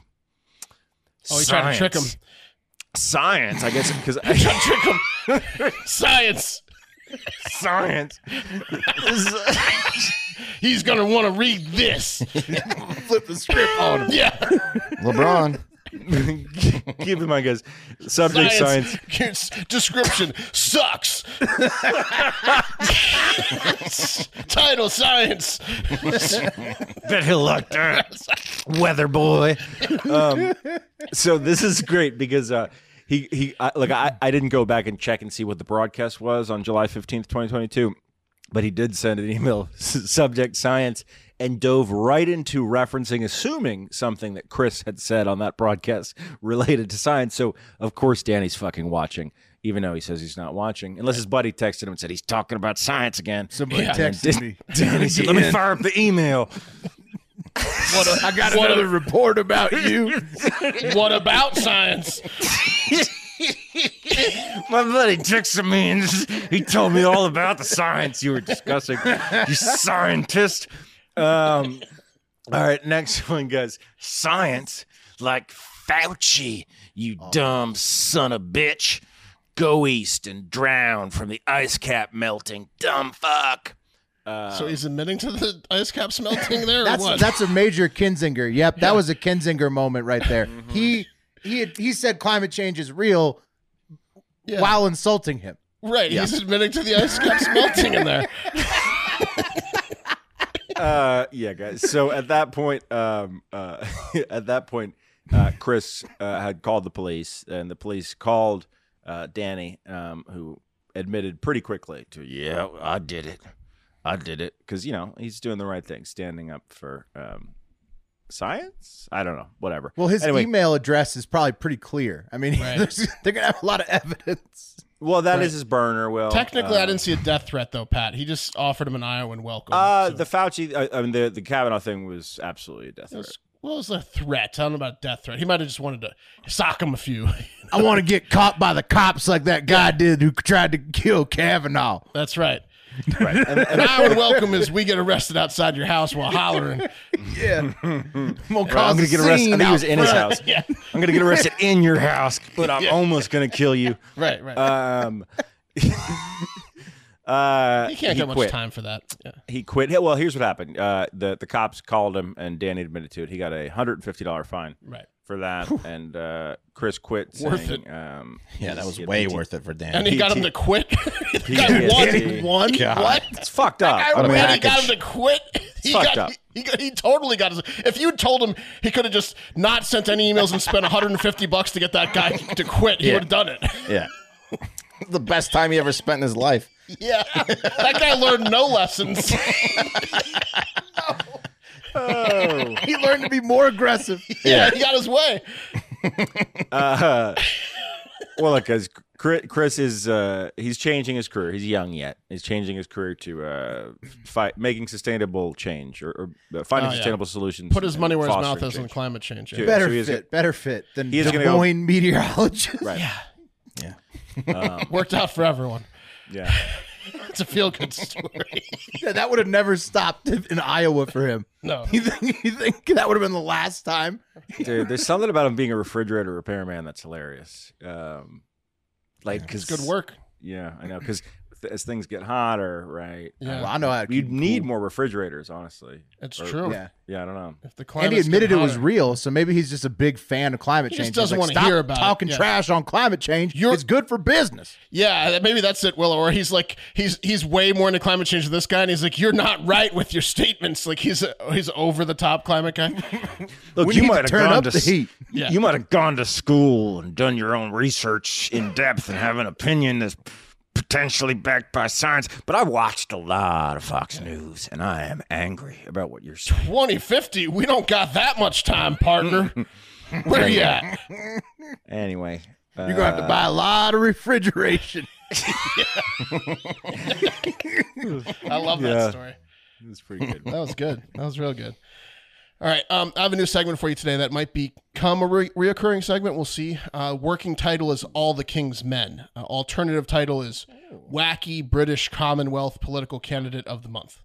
S2: oh, he tried to trick him.
S3: Science, I guess, because
S2: Trick him. Science.
S3: science. [LAUGHS]
S2: He's gonna want to read this.
S1: [LAUGHS] Flip the script on him.
S2: Yeah.
S5: LeBron.
S3: Give him, I guess. Subject science.
S2: Science. Description
S1: [LAUGHS]
S2: sucks. Title science.
S3: Bet he'll like that. Weather boy. Um, so this is great because uh, he he I, like I, I didn't go back and check and see what the broadcast was on July fifteenth, twenty twenty two, but he did send an email [LAUGHS] s- subject science and dove right into referencing assuming something that Chris had said on that broadcast [LAUGHS] related to science. So of course Danny's fucking watching. Even though he says he's not watching, unless his buddy texted him and said he's talking about science again.
S1: Somebody
S2: Yeah.
S1: texted
S3: [LAUGHS]
S1: me.
S3: Danny said, "Let me fire up the email."
S2: I got another
S1: report about you.
S2: [LAUGHS] What about science?
S3: My buddy texted me and [LAUGHS] he told me all about the science you were discussing. You scientist. Um, all right, next one, guys. Science, like Fauci, you dumb son of bitch. Go east and drown from the ice cap melting, dumb fuck. Uh,
S2: so he's admitting to the ice caps melting there, or what?
S1: That's that's a major Kinzinger. Yep, that was a Kinzinger moment right
S5: [LAUGHS]
S1: there. He he had, he said climate change is real
S2: Yeah.
S1: while insulting him.
S2: Right, he's admitting to the ice caps melting
S1: [LAUGHS]
S2: in there.
S3: uh, yeah, guys. So at that point, um, uh, [LAUGHS] at that point, uh, Chris uh, had called the police, and the police called uh, Danny, um, who admitted pretty quickly to, "Yeah, I did it, I did it," because you know he's doing the right thing, standing up for um, science. I don't know, whatever.
S1: Well, his
S3: Anyway,
S1: email address is probably pretty clear. I mean, [LAUGHS]
S2: Right.
S1: there's- they're gonna have a lot of evidence.
S3: Well, that
S2: Right.
S3: is his burner.
S1: Oh,
S3: Will
S2: Technically,
S3: Uh,
S2: I didn't see a death threat though, Pat. He just offered him an Iowan welcome.
S3: Uh,
S2: so-
S3: the Fauci, I, I mean, the the Kavanaugh thing was absolutely a death
S2: It
S3: threat.
S2: was, well, it was a threat. I don't know about a death threat. He might have just wanted to sock him a few. [LAUGHS]
S1: I want to get caught by the cops like that guy did who tried to kill Kavanaugh.
S2: That's right.
S3: Right. And,
S2: An
S3: and
S2: Iowan welcome is we get arrested outside your house while
S3: [LAUGHS]
S2: hollering.
S1: I'm gonna,
S3: I'm gonna get arrested. I think he was in his house.
S2: [LAUGHS] Yeah.
S3: I'm gonna
S2: [LAUGHS]
S3: get arrested in your house, but I'm almost gonna kill you.
S2: Right, right.
S3: Um, [LAUGHS] uh,
S2: you can't
S3: he
S2: get much
S3: quit.
S2: time for that. Yeah.
S3: He quit. Well, here's what happened. Uh, the the cops called him, and Danny admitted to it. He got a hundred and fifty dollar fine
S2: Right.
S3: for that, and uh, Chris quit.
S2: Worth
S3: saying, Um,
S5: Yeah, that
S3: he's-
S5: was
S3: he had
S5: way
S3: PT
S5: worth it for Dan.
S2: And he got him to quit. [LAUGHS] he got
S3: PTSD.
S2: one. one?
S5: God.
S2: What?
S3: It's fucked up.
S2: I
S3: What a
S2: mean, he
S3: package.
S2: got him to quit. [LAUGHS] He
S3: fucked
S2: got,
S3: up.
S2: He, got- he totally got his. If you told him he could have just not sent any emails and spent 150 bucks to get that guy to quit, he would have done it.
S5: yeah. the best time he ever spent in his life.
S2: [LAUGHS] Yeah, that guy learned no lessons.
S1: [LAUGHS] He learned to be more [LAUGHS] aggressive.
S2: yeah, he got his way.
S3: Uh, well, look, as Chris, Chris is uh, he's changing his career. He's young yet. He's changing his career to uh, fight, making sustainable change or, or uh, finding
S2: Oh, yeah.
S3: sustainable solutions.
S2: Put his
S3: and
S2: money where his
S3: fostering
S2: mouth is on
S3: change.
S2: climate change.
S3: Dude.
S2: Yeah.
S1: Better
S3: So he's
S1: fit, better fit than
S3: He's
S1: Des
S3: gonna go-
S1: Moines meteorologist.
S3: Right.
S2: [LAUGHS] Worked out for everyone.
S3: Um, Yeah.
S2: It's a feel good [LAUGHS] story.
S1: [LAUGHS] Yeah, that would have never stopped if- in Iowa for him. [LAUGHS]
S2: No.
S1: You think, you think that would have been the last time?
S3: Dude, there's something about him being a refrigerator repairman that's hilarious. Um, like, because
S2: It's good work.
S3: Yeah, I know. Because as things get hotter, right?
S2: Yeah.
S1: Well, I know how to
S3: You
S1: keep
S3: need
S1: cool.
S3: more refrigerators, honestly.
S2: It's
S3: Or-
S2: true.
S1: Yeah.
S3: Yeah, I don't know.
S2: If
S1: And
S2: the
S1: he
S2: climate's
S1: admitted it
S2: getting
S1: was
S2: hotter-
S1: real, so maybe he's just a big fan of climate
S2: He
S1: change.
S2: just doesn't
S1: He's like,
S2: wanna hear
S1: "Stop
S2: about it."
S1: talking
S2: Yeah.
S1: trash on climate change.
S2: You're-
S1: it's good for business.
S2: Yeah, maybe that's it, Willow. Or he's like, he's he's way more into climate change than this guy, and he's like, you're not right with your statements. Like he's a, he's over the top climate guy.
S3: Look,
S1: We need to turn up the
S3: s-
S1: heat.
S2: Yeah.
S3: You might have gone to school and done your own research in depth and have an opinion that's potentially backed by science. But I watched a lot of Fox News, and I am angry about what you're saying.
S2: 2050, we don't got that much time, partner. Where you at?
S3: Anyway,
S1: You're gonna have to buy a lot [LAUGHS] of refrigeration.
S2: I love
S3: Yeah.
S2: that story.
S3: it's pretty good.
S2: That was good. That was real good. All right, um, I have a new segment for you today that might become a re- reoccurring segment. We'll see. Uh, working title is "All the King's Men." Uh, alternative title is
S3: Oh.
S2: "Wacky British Commonwealth Political Candidate of the Month."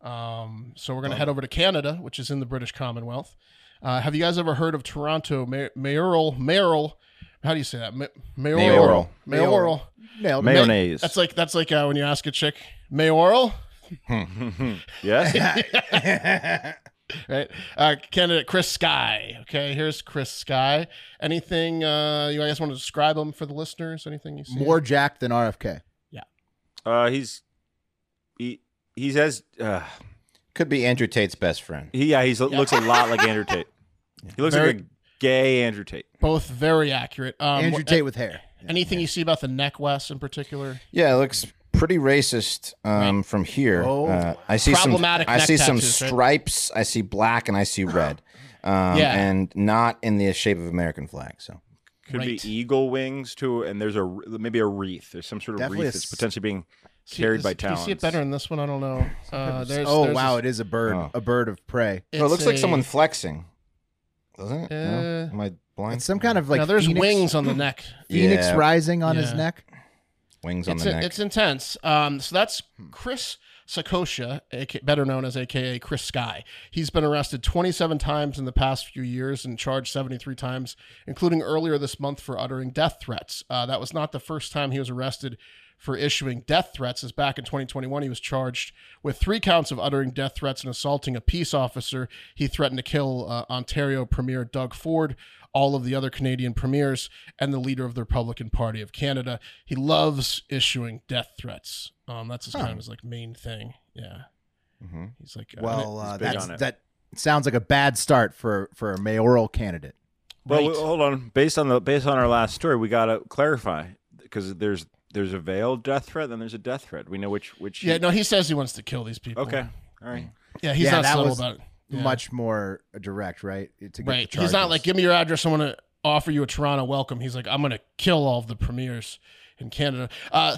S2: Um, so we're gonna head over to Canada, which is in the British Commonwealth. Uh, have you guys ever heard of Toronto mayor- mayoral mayoral? How do you say that? Ma-
S5: Mayoral.
S2: mayoral. Mayoral.
S1: Nailed it.
S3: Mayonnaise.
S2: That's like that's like uh, when you ask a chick mayoral.
S3: yes.
S2: right? Uh, candidate Chris Sky. Okay, here's Chris Sky. Anything uh, you guys want to describe him for the listeners? Anything you see?
S1: More jacked than RFK.
S3: Uh, he's he he says uh,
S5: Could be Andrew Tate's best friend.
S3: he yeah he looks a lot like Andrew Tate. He looks
S2: Very-
S3: like a gay Andrew Tate.
S2: both very accurate. Um,
S1: Andrew Tate with hair.
S2: Anything you see about the neck west in particular?
S5: Yeah, it looks pretty racist um, from here.
S1: Oh.
S5: Uh, I see
S2: Problematic
S5: some. I
S2: neck
S5: see some
S2: tattoos, right?
S5: stripes. I see black, and I see red. Um,
S2: Yeah.
S5: and not in the shape of American flag. So
S3: Could
S2: Right.
S3: be eagle wings too, and there's a r- maybe a wreath. There's some sort of
S1: Definitely
S3: wreath
S1: a
S3: that's
S1: s-
S3: potentially being
S2: See,
S3: Carried
S2: is-
S3: by
S2: Can you see it
S3: talons.
S2: better in this one? I don't know. Uh, there's,
S1: oh
S2: there's
S1: wow,
S2: this-
S1: it is a bird,
S5: Oh.
S1: a bird of prey.
S5: oh, it looks
S2: it's
S5: like
S2: a-
S5: someone flexing, doesn't it? no?
S2: Uh,
S5: Am I blind?
S1: It's some kind of like
S2: now there's
S1: phoenix,
S2: wings on the neck.
S1: phoenix
S5: Yeah.
S1: rising on his
S2: Yeah.
S1: neck.
S5: wings on
S2: It's
S5: the
S2: in-
S5: neck.
S2: it's intense. Um, so that's Chris Sakosha, aka, better known as AKA Chris Sky. He's been arrested 27 times in the past few years and charged 73 times, including earlier this month for uttering death threats. Uh, that was not the first time he was arrested for issuing death threats. As back in 2021, he was charged with three counts of uttering death threats and assaulting a peace officer. He threatened to kill uh, Ontario Premier Doug Ford, all of the other Canadian premiers, and the leader of the Republican Party of Canada. He loves issuing death threats. Um, that's his kind of his like main thing. Yeah,
S5: Mhm.
S2: he's like uh,
S1: Well,
S3: He's
S1: uh,
S3: big
S1: that's,
S3: on it.
S1: that sounds like a bad start for for a mayoral candidate.
S3: Well,
S2: Right.
S3: w- hold on. Based on the based on our last story, we gotta clarify because there's there's a veiled death threat, then there's a death threat. We know which which.
S2: yeah. No, he says he wants to kill these people.
S3: Okay. All right.
S2: Yeah, he's
S1: Yeah,
S2: not
S1: that
S2: subtle
S1: was
S2: about it. Yeah.
S1: Much more uh, direct, right? To get
S2: Right.
S1: the
S2: He's not
S1: charges.
S2: like, give me your address. I want to offer you a Toronto welcome. He's like, I'm going to kill all of the premiers in Canada.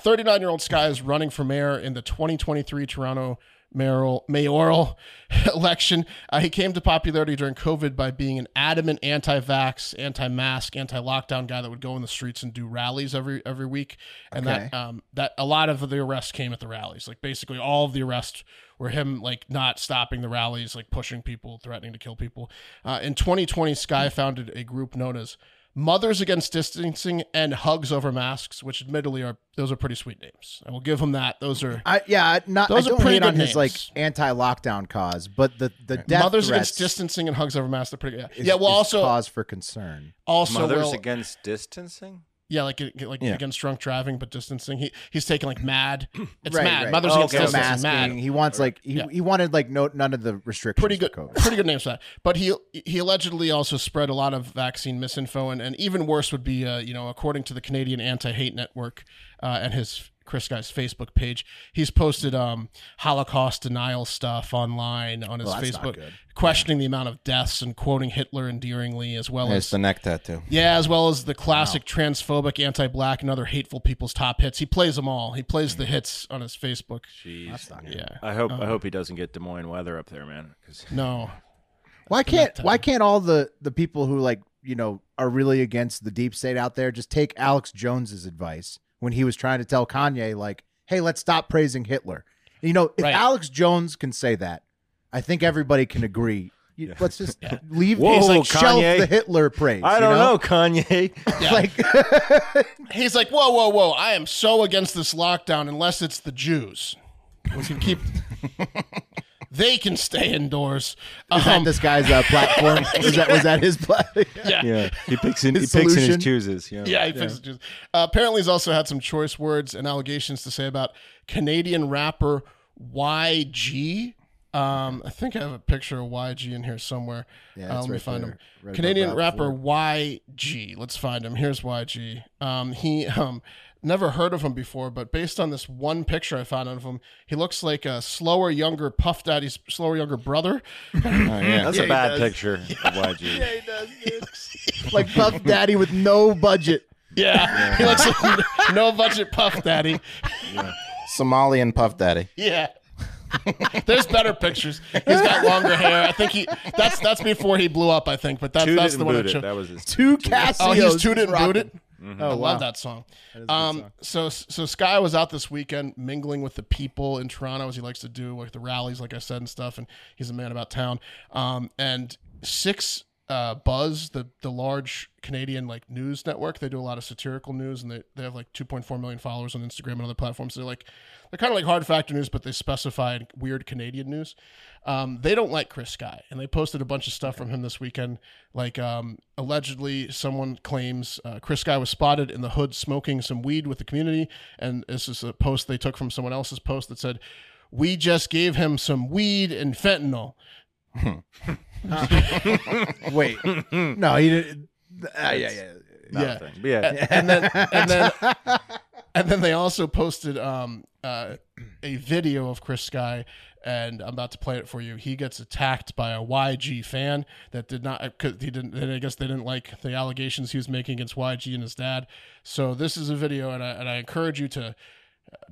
S2: 39 year old Sky is running for mayor in the 2023 Toronto mayoral, mayoral [LAUGHS] election. Uh, he came to popularity during COVID by being an adamant anti-vax, anti-mask, anti-lockdown guy that would go in the streets and do rallies every every week. And that
S1: Okay.
S2: um, that a lot of the arrests came at the rallies. Like basically all of the arrests were him like not stopping the rallies, like pushing people, threatening to kill people. Uh, in 2020,
S1: Hmm.
S2: Sky founded a group known as Mothers Against Distancing and Hugs Over Masks, which admittedly are those are pretty sweet names. I will give him that. Those are
S1: I, yeah, I- not.
S2: Those
S1: I
S2: are
S1: don't
S2: pretty
S1: hate on
S2: good
S1: his like
S2: names.
S1: anti-lockdown cause, but the the death
S2: mothers
S1: threats
S2: against distancing and hugs over masks. They're pretty yeah.
S1: is-
S2: yeah, well,
S1: is
S2: also
S1: cause for concern.
S2: also
S3: Mothers
S2: will-
S3: against distancing.
S2: yeah, like get- get- like
S5: Yeah.
S2: against drunk driving, but distancing. He he's taking like mad. It's
S1: Right,
S2: mad.
S1: right.
S2: Mothers
S3: Oh,
S2: against
S3: okay.
S2: distancing.
S1: Masking.
S2: Mad.
S1: He wants like he,
S2: Yeah.
S1: he wanted like no none of the restrictions.
S2: pretty good
S1: for COVID.
S2: pretty good names for that but he he allegedly also spread a lot of vaccine misinfo and, and even worse would be uh, you know according to the canadian anti-hate network uh, and his chris guy's facebook page he's posted um, holocaust denial stuff online on his
S1: Well, that's not
S2: facebook
S1: good.
S2: questioning the amount of deaths and quoting hitler endearingly as well as
S5: It's the neck tattoo.
S2: yeah, as well as the classic transphobic, anti-black, and other hateful people's top hits. He plays them all. He plays
S1: Mm.
S2: the hits on his Facebook.
S1: That's not good.
S2: Yeah.
S3: I hope I hope he doesn't get Des Moines weather up there, man. 'cause-
S2: No.
S1: Why can't why can't all the the people who like you know are really against the deep state out there just take Alex Jones's advice when he was trying to tell Kanye like, hey, let's stop praising Hitler. You know, if
S2: Right.
S1: Alex Jones can say that, I think everybody can agree. You- Let's just leave
S3: Whoa,
S1: he's like,
S3: Kanye.
S1: shelf the Hitler praise.
S3: I
S1: you
S3: don't
S1: know.
S3: know, Kanye.
S2: Yeah.
S1: Like,
S2: He's like, whoa, whoa, whoa! I am so against this lockdown unless it's the Jews. We can keep. they can stay indoors.
S1: is that
S2: Um,
S1: this guy's uh,
S3: [LAUGHS]
S1: platform? was that was that his platform?
S2: yeah. yeah.
S3: yeah, he picks and he
S1: His
S3: picks and his
S1: solution?
S3: chooses. Yeah.
S2: he fixes the Jews. Uh, apparently, he's also had some choice words and allegations to say about Canadian rapper YG. Um, I think I have a picture of YG in here somewhere.
S1: Yeah,
S2: Uh,
S1: that's
S2: let me
S1: right
S2: find
S1: there,
S2: him.
S1: right above
S2: Canadian
S1: Rob
S2: rapper
S1: Ford.
S2: YG. Let's find him. Here's YG. Um, he um, never heard of him before, but based on this one picture I found of him, he looks like a slower, younger Puff Daddy's slower, younger brother.
S5: Oh, yeah.
S3: That's a bad picture
S1: [LAUGHS]
S3: of
S1: [LAUGHS]
S3: YG.
S1: like Puff Daddy with no budget.
S2: Yeah, [LAUGHS] he looks like no budget Puff Daddy.
S5: Somalian Puff Daddy.
S2: Yeah. [LAUGHS] There's better pictures. He's got longer hair. I think he that's that's before he blew up, I think, but that,
S3: Two
S2: that's
S3: didn't
S2: the one
S3: boot
S2: that
S3: it.
S2: showed.
S3: That was his
S1: Two Casios.
S2: Oh, he's two didn't boot
S1: E rocking.
S2: it.
S3: Mm-hmm.
S2: Mm-hmm. I love Oh, that song.
S1: good
S2: um, so so Sky was out this weekend mingling with the people in Toronto as he likes to do, like the rallies, like I said, and stuff. And he's a man about town. Um, and six uh, Buzz, the the large Canadian like news network, they do a lot of satirical news, and they, they have like 2.4 million followers on Instagram and other platforms. they're like they're kind of like hard factor news, but they specified weird Canadian news. Um, they don't like Chris Sky, and they posted a bunch of stuff from him this weekend. Like um, allegedly, someone claims uh, Chris Sky was spotted in the hood smoking some weed with the community, and this is a post they took from someone else's post that said, "We just gave him some weed and fentanyl."
S3: [LAUGHS]
S1: Wait, no, he didn't. ah, yeah, yeah.
S2: yeah,
S3: thing. But yeah.
S2: [LAUGHS] and then and then and then they also posted um uh, a video of Chris Sky and I'm about to play it for you. He gets attacked by a YG fan that did not cause he didn't and I guess they didn't like the allegations he was making against YG and his dad. So this is a video and I, and I encourage you to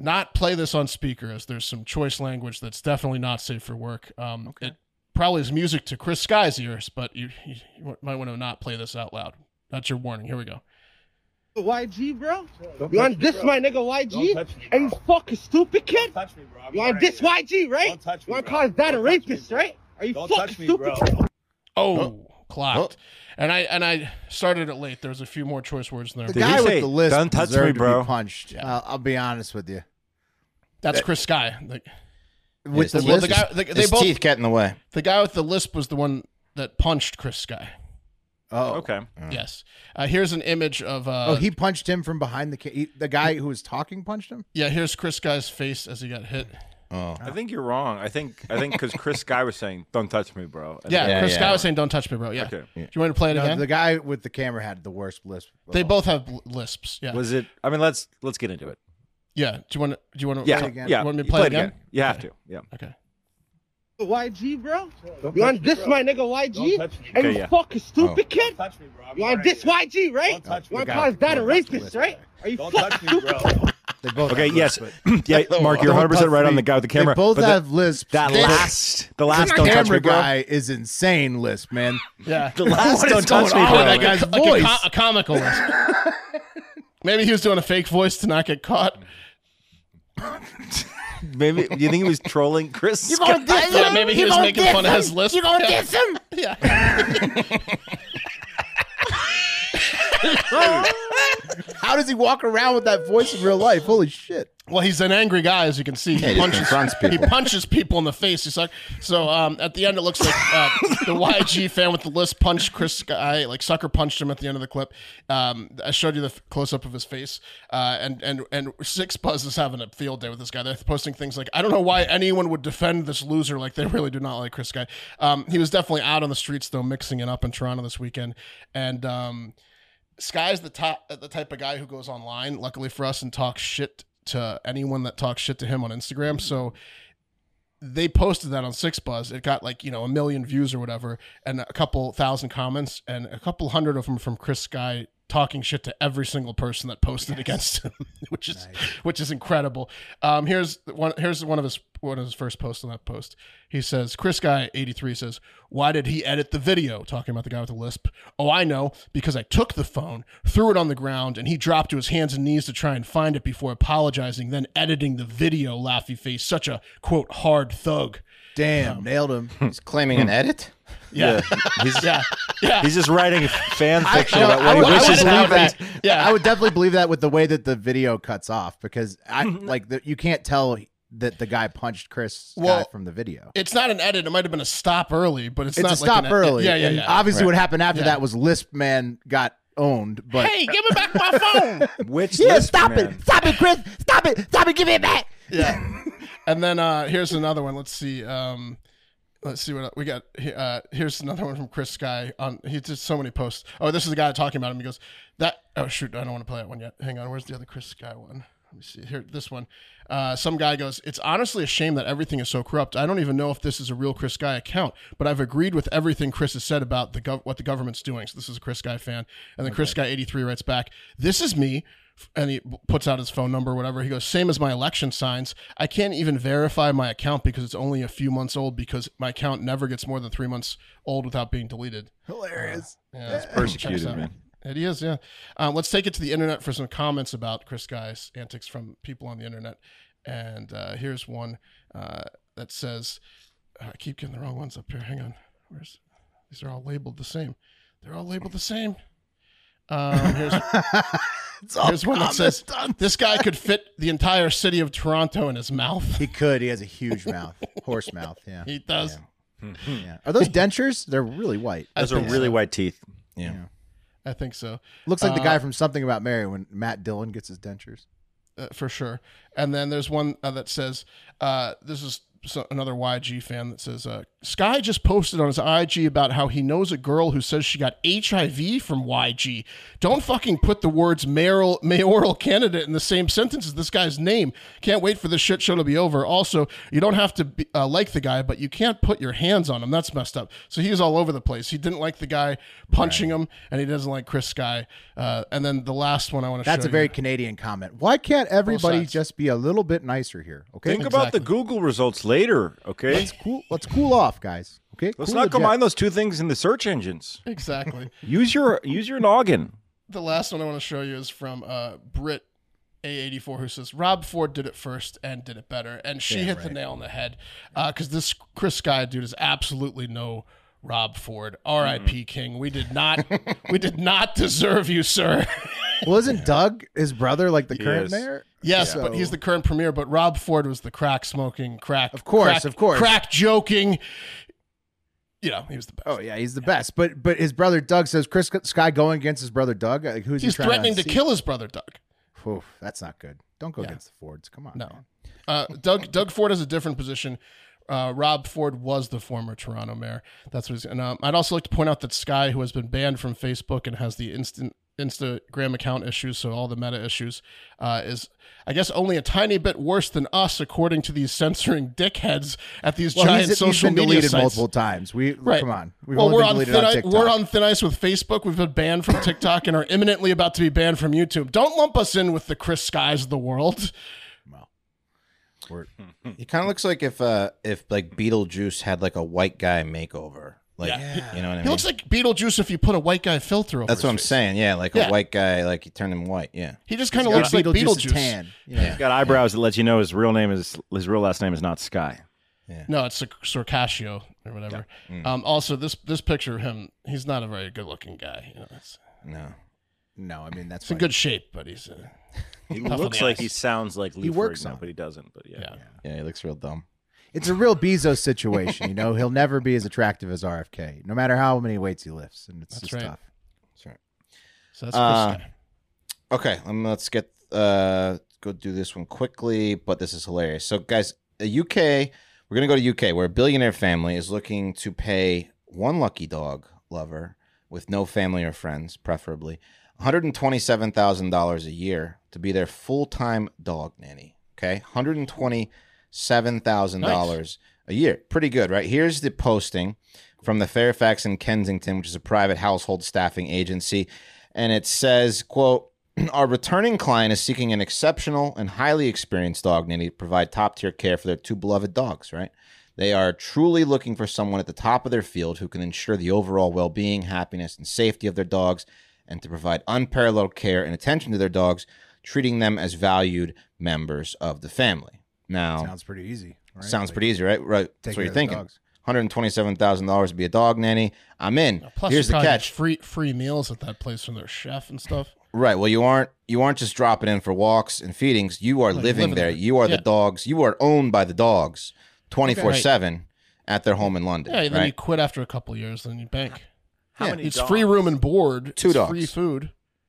S2: not play this on speaker as there's some choice language that's definitely not safe for work. Um it probably is music to Chris Sky's ears, but you, you you might want to not play this out loud. That's your warning. Here we go.
S7: YG, bro? you want this my nigga YG? and you fuck a stupid kid? you want this YG, right? you want to call his dad a rapist, right? Are you fucking stupid?
S2: Oh, clocked. And I and I started it late. There was a few more choice words in there.
S1: The
S3: he
S1: guy
S3: say,
S1: with the list
S3: "Don't touch me,
S1: deserved to
S3: bro"?
S1: be punched. I'll- I'll be honest with you.
S2: That's Chris Sky. The,
S1: With
S5: Yeah,
S1: the
S2: well,
S1: list,
S2: the guy, the, they
S5: His
S2: both,
S5: teeth get in the way.
S2: the guy with the lisp was the one that punched Chris Sky.
S1: oh,
S3: Okay.
S2: Yes. Uh, here's an image of. Uh,
S1: oh, he punched him from behind the ca- he, the guy who was talking punched him.
S2: yeah, here's Chris Guy's face as he got hit.
S5: Oh,
S3: I think you're wrong. I think I think because Chris Guy was saying, "Don't touch me, bro." And
S2: Yeah,
S3: then-
S5: Yeah,
S2: Chris
S5: yeah.
S2: Sky was saying, "Don't touch me, bro." Yeah.
S3: Okay.
S2: Do you want to play it
S1: No,
S2: again?
S1: the guy with the camera had the worst list.
S2: they both have l- lisps. Yeah.
S3: Was it? I mean, let's let's get into it.
S2: yeah. Do you want to? Do you want to?
S3: Yeah,
S1: again.
S3: yeah.
S2: You want me to
S3: You
S2: play it again?
S3: You have to. Yeah.
S2: Okay.
S7: YG, bro? You want this, my nigga YG? And
S3: Okay, yeah.
S7: fuck stupid
S5: Oh.
S7: kid? You want this YG, right?
S1: touch me.
S7: You want
S1: We
S7: to
S1: got
S7: cause
S1: it.
S7: that a
S1: We got it.
S7: rapist, right? Are you
S8: Don't
S7: fucking
S8: touch me,
S7: stupid?
S8: bro.
S1: They both
S3: Okay,
S1: have
S3: yes.
S1: lisp, but-
S3: [LAUGHS] yeah, Mark, you're
S1: Don't
S3: 100% right
S1: touch
S3: on
S1: me.
S3: the guy with the camera.
S1: They both
S3: but the-
S1: have lisp.
S3: that
S1: They- [LAUGHS]
S3: last, the last
S1: This
S3: don't touch me,
S1: camera
S3: bro.
S1: guy is insane lisp, man.
S2: Yeah.
S3: The last
S1: is
S3: don't touch
S1: going
S3: me,
S1: on
S3: bro.
S1: with that guy's
S2: like
S1: voice.
S2: A, Oh, co- a comical one. Maybe he was doing a fake voice to not get caught.
S3: Maybe you think he was trolling Chris? You're
S2: [LAUGHS] Yeah, maybe he was making fun of his list. You [LAUGHS] gonna diss him? Yeah.
S1: How does he walk around with that voice in real life? Holy shit!
S2: Well, he's an angry guy, as you can see. He,
S5: Yeah, he just
S2: punches
S5: confronts people.
S2: He punches people in the face. He's like, so um, at the end, it looks like uh, the YG fan with the list punched Chris guy, like sucker punched him at the end of the clip. Um, I showed you the close up of his face, uh, and and and Six Buzz is having a field day with this guy. They're posting things like, I don't know why anyone would defend this loser. Like they really do not like Chris guy. Um, he was definitely out on the streets though, mixing it up in Toronto this weekend, and um. Sky's the top uh, the type of guy who goes online, luckily for us, and talks shit to anyone that talks shit to him on Instagram. So they posted that on Six Buzz. It got like, you know, a million views or whatever, and a couple thousand comments, and a couple hundred of them from Chris Sky talking shit to every single person that posted against him, [LAUGHS] which is which is incredible. Um, here's one here's one of his one of his first posts on that post. He says, Chris Guy eighty three says, Why did he edit the video? Talking about the guy with the lisp. Oh, I know, because I took the phone, threw it on the ground, and he dropped to his hands and knees to try and find it before apologizing, then editing the video, laughy face, such a quote hard thug.
S1: Damn, nailed him.
S5: He's claiming an edit.
S2: Yeah.
S3: He's,
S2: Yeah. Yeah.
S3: he's just writing fan fiction
S1: I-
S3: about
S1: I
S3: what he
S1: would- I
S3: wishes
S1: would believe
S3: happened.
S1: that.
S2: Yeah.
S1: I would definitely believe that with the way that the video cuts off because [LAUGHS] I like the, you can't tell that the guy punched Chris Scott
S2: Well,
S1: from the video.
S2: it's not an edit. It might have been a stop early, but it's,
S1: It's
S2: not
S1: a stop
S2: like an-
S1: early.
S2: Yeah, yeah,
S1: and
S2: yeah.
S1: Obviously, what happened after
S2: Yeah.
S1: that was Lisp Man got owned. But
S2: hey, give me back my phone.
S3: Which
S1: yeah,
S3: list,
S1: stop
S3: man?
S1: it, stop it, Chris, stop it, stop it, give it back.
S2: Yeah. [LAUGHS] and then uh here's another one. Let's see. Um let's see what we got. he- Uh here's another one from Chris Sky on he did so many posts. Oh, this is the guy talking about him. He goes, That oh shoot, I don't want to play that one yet. Hang on, where's the other Chris Sky one? Let me see here. This one. Uh, some guy goes, It's honestly a shame that everything is so corrupt. I don't even know if this is a real Chris Guy account, but I've agreed with everything Chris has said about the gov- what the government's doing. So this is a Chris Guy fan. And then Chris Guy 83 writes back, This is me and he puts out his phone number, whatever. He goes, same as my election signs. I can't even verify my account because it's only a few months old because my account never gets more than three months old without being deleted.
S1: Hilarious.
S2: Yeah, it's
S3: persecuted, man.
S2: It is, yeah. Um, let's take it to the internet for some comments about Chris Guy's antics from people on the internet. And uh, here's one uh, that says, uh, I keep getting the wrong ones up here. Hang on. Where's these are all labeled the same. They're all labeled the same. Um, here's
S1: [LAUGHS] It's all
S2: Here's one that
S1: comments
S2: says
S1: done.
S2: this guy could fit the entire city of Toronto in his mouth. [LAUGHS]
S1: He could. He has a huge mouth, horse mouth. [LAUGHS] Yeah.
S2: He does.
S1: yeah. Are those dentures? They're really white.
S2: I
S3: Those are
S2: think
S3: really
S2: so.
S3: white teeth.
S2: I think so,
S1: Looks like the
S2: Uh,
S1: guy from Something About Mary when Matt Dillon gets his dentures.
S2: uh, for sure. And then there's one uh, that says uh, this is so, another YG fan that says uh, Sky just posted on his IG about how he knows a girl who says she got HIV from YG. Don't fucking put the words mayoral mayoral candidate in the same sentence as this guy's name. Can't wait for this shit show to be over. Also, you don't have to be, uh, like the guy, but you can't put your hands on him. That's messed up. So he was all over the place. He didn't like the guy punching him, and he doesn't like Chris Sky. Uh, and then the last one I want to show
S1: That's a
S2: you.
S1: very Canadian comment. Why can't everybody
S2: sides.
S1: just be a little bit nicer here? Okay.
S3: Think about the Google results later, okay?
S1: let's cool. Let's cool off, guys. Okay.
S3: Let's
S1: Cool
S3: not
S1: the
S3: combine
S1: jet.
S3: those two things in the search engines.
S2: exactly.
S3: Use your use your noggin.
S2: the last one I want to show you is from uh, Brit A84, who says Rob Ford did it first and did it better, and she hit the nail on the head because this Chris Guy dude is absolutely no Rob Ford.
S1: Mm-hmm.
S2: R.I.P. King. We did not, we did not deserve
S1: [LAUGHS]
S2: you, sir.
S1: Well, isn't Doug his brother like the current
S3: Yes.
S1: mayor?
S2: Yes, but he's the current premier. But Rob Ford was the crack smoking, crack, of
S1: course, of course.
S2: crack joking. You know, he was the best.
S1: Oh yeah, he's the best. But but his brother Doug says Chris Sky going against his brother Doug. Like, who's
S2: he's
S1: he trying
S2: threatening to,
S1: unseat?
S2: kill his brother, Doug.
S1: Oof, that's not good. Don't go
S2: Yeah.
S1: against the Fords. Come on.
S2: No.
S1: man.
S2: Uh, Doug Doug Ford has a different position. Uh, Rob Ford was the former Toronto mayor. That's what he's. And um, I'd also like to point out that Sky, who has been banned from Facebook and has the instant Instagram account issues, so all the meta issues, uh, is I guess only a tiny bit worse than us, according to these censoring dickheads at these
S1: Well,
S2: giant
S1: he's, he's
S2: social
S1: been
S2: media
S1: deleted
S2: sites.
S1: multiple times. We come on. We've
S2: well,
S1: only
S2: we're
S1: been
S2: on,
S1: deleted
S2: thin
S1: on
S2: ice,
S1: TikTok.
S2: we're on thin ice with Facebook. We've been
S1: [LAUGHS]
S2: banned from TikTok and are imminently about to be banned from YouTube. Don't lump us in with the Chris Skies of the world.
S5: He kind of looks like if uh if like Beetlejuice had like a white guy makeover. Like you know what I
S2: He
S5: mean?
S2: looks like Beetlejuice if you put a white guy filter over.
S5: That's what I'm
S2: his face.
S5: saying. Yeah, like
S2: Yeah.
S5: a white guy, like you turn him white. Yeah.
S2: He just kind of
S1: Give
S2: looks like
S1: Beetlejuice a
S2: Beetlejuice.
S1: tan. You know,
S3: He's got eyebrows that let you know his real name is his real last name is not Sky.
S2: No, it's Sir- Circassio or whatever.
S5: Mm.
S2: Um, also, this this picture of him, he's not a very good looking guy. You know, it's,
S5: No.
S1: No, I mean that's
S2: it's in
S1: fine.
S2: good shape, but he's. Uh,
S3: He
S2: Tough on
S3: looks
S2: the
S3: like
S2: eyes.
S3: he sounds like Lou he
S1: works on
S3: but he doesn't. But yeah.
S2: yeah.
S5: Yeah, he looks real dumb.
S1: It's a real Bezos situation. You know, he'll never be as attractive as RFK, no matter how many weights he lifts, and it's
S2: That's
S1: just
S2: right.
S1: tough.
S2: So that's
S5: Uh,
S2: Chris Guy.
S5: Okay, um, let's get uh go do this one quickly, but this is hilarious. So guys, the UK, we're gonna go to UK where a billionaire family is looking to pay one lucky dog lover with no family or friends, preferably, $127,000 a year to be their full-time dog nanny. Okay? $127,000 a year. Pretty good, right? Here's the posting from the Fairfax and Kensington, which is a private household staffing agency, and it says, "quote Our returning client is seeking an exceptional and highly experienced dog nanny to provide top tier care for their two beloved dogs. Right? They are truly looking for someone at the top of their field who can ensure the overall well being, happiness, and safety of their dogs, and to provide unparalleled care and attention to their dogs, treating them as valued members of the family." Now,
S1: Sounds pretty easy. Right?
S5: Oh. Sounds pretty easy, right? Right.
S1: care
S5: That's what
S1: of
S5: you're
S1: the
S5: thinking.
S1: dogs.
S5: $127,000 to be a dog nanny. I'm in.
S2: Plus,
S5: Here's
S2: you
S5: the
S2: probably get
S5: catch.
S2: free free meals at that place from their chef and stuff.
S5: Right. Well, you aren't you aren't just dropping in for walks and feedings. You are living,
S2: living
S5: there.
S2: there.
S5: You are
S2: Yeah.
S5: the dogs. You are owned by the dogs 24/7 at their home in London,
S2: Yeah, and then you
S5: right?
S2: quit after a couple years, then you bank.
S3: How
S5: Yeah.
S3: many
S2: It's
S3: dogs?
S2: free room and board.
S5: Two
S2: it's
S5: dogs.
S2: Free food.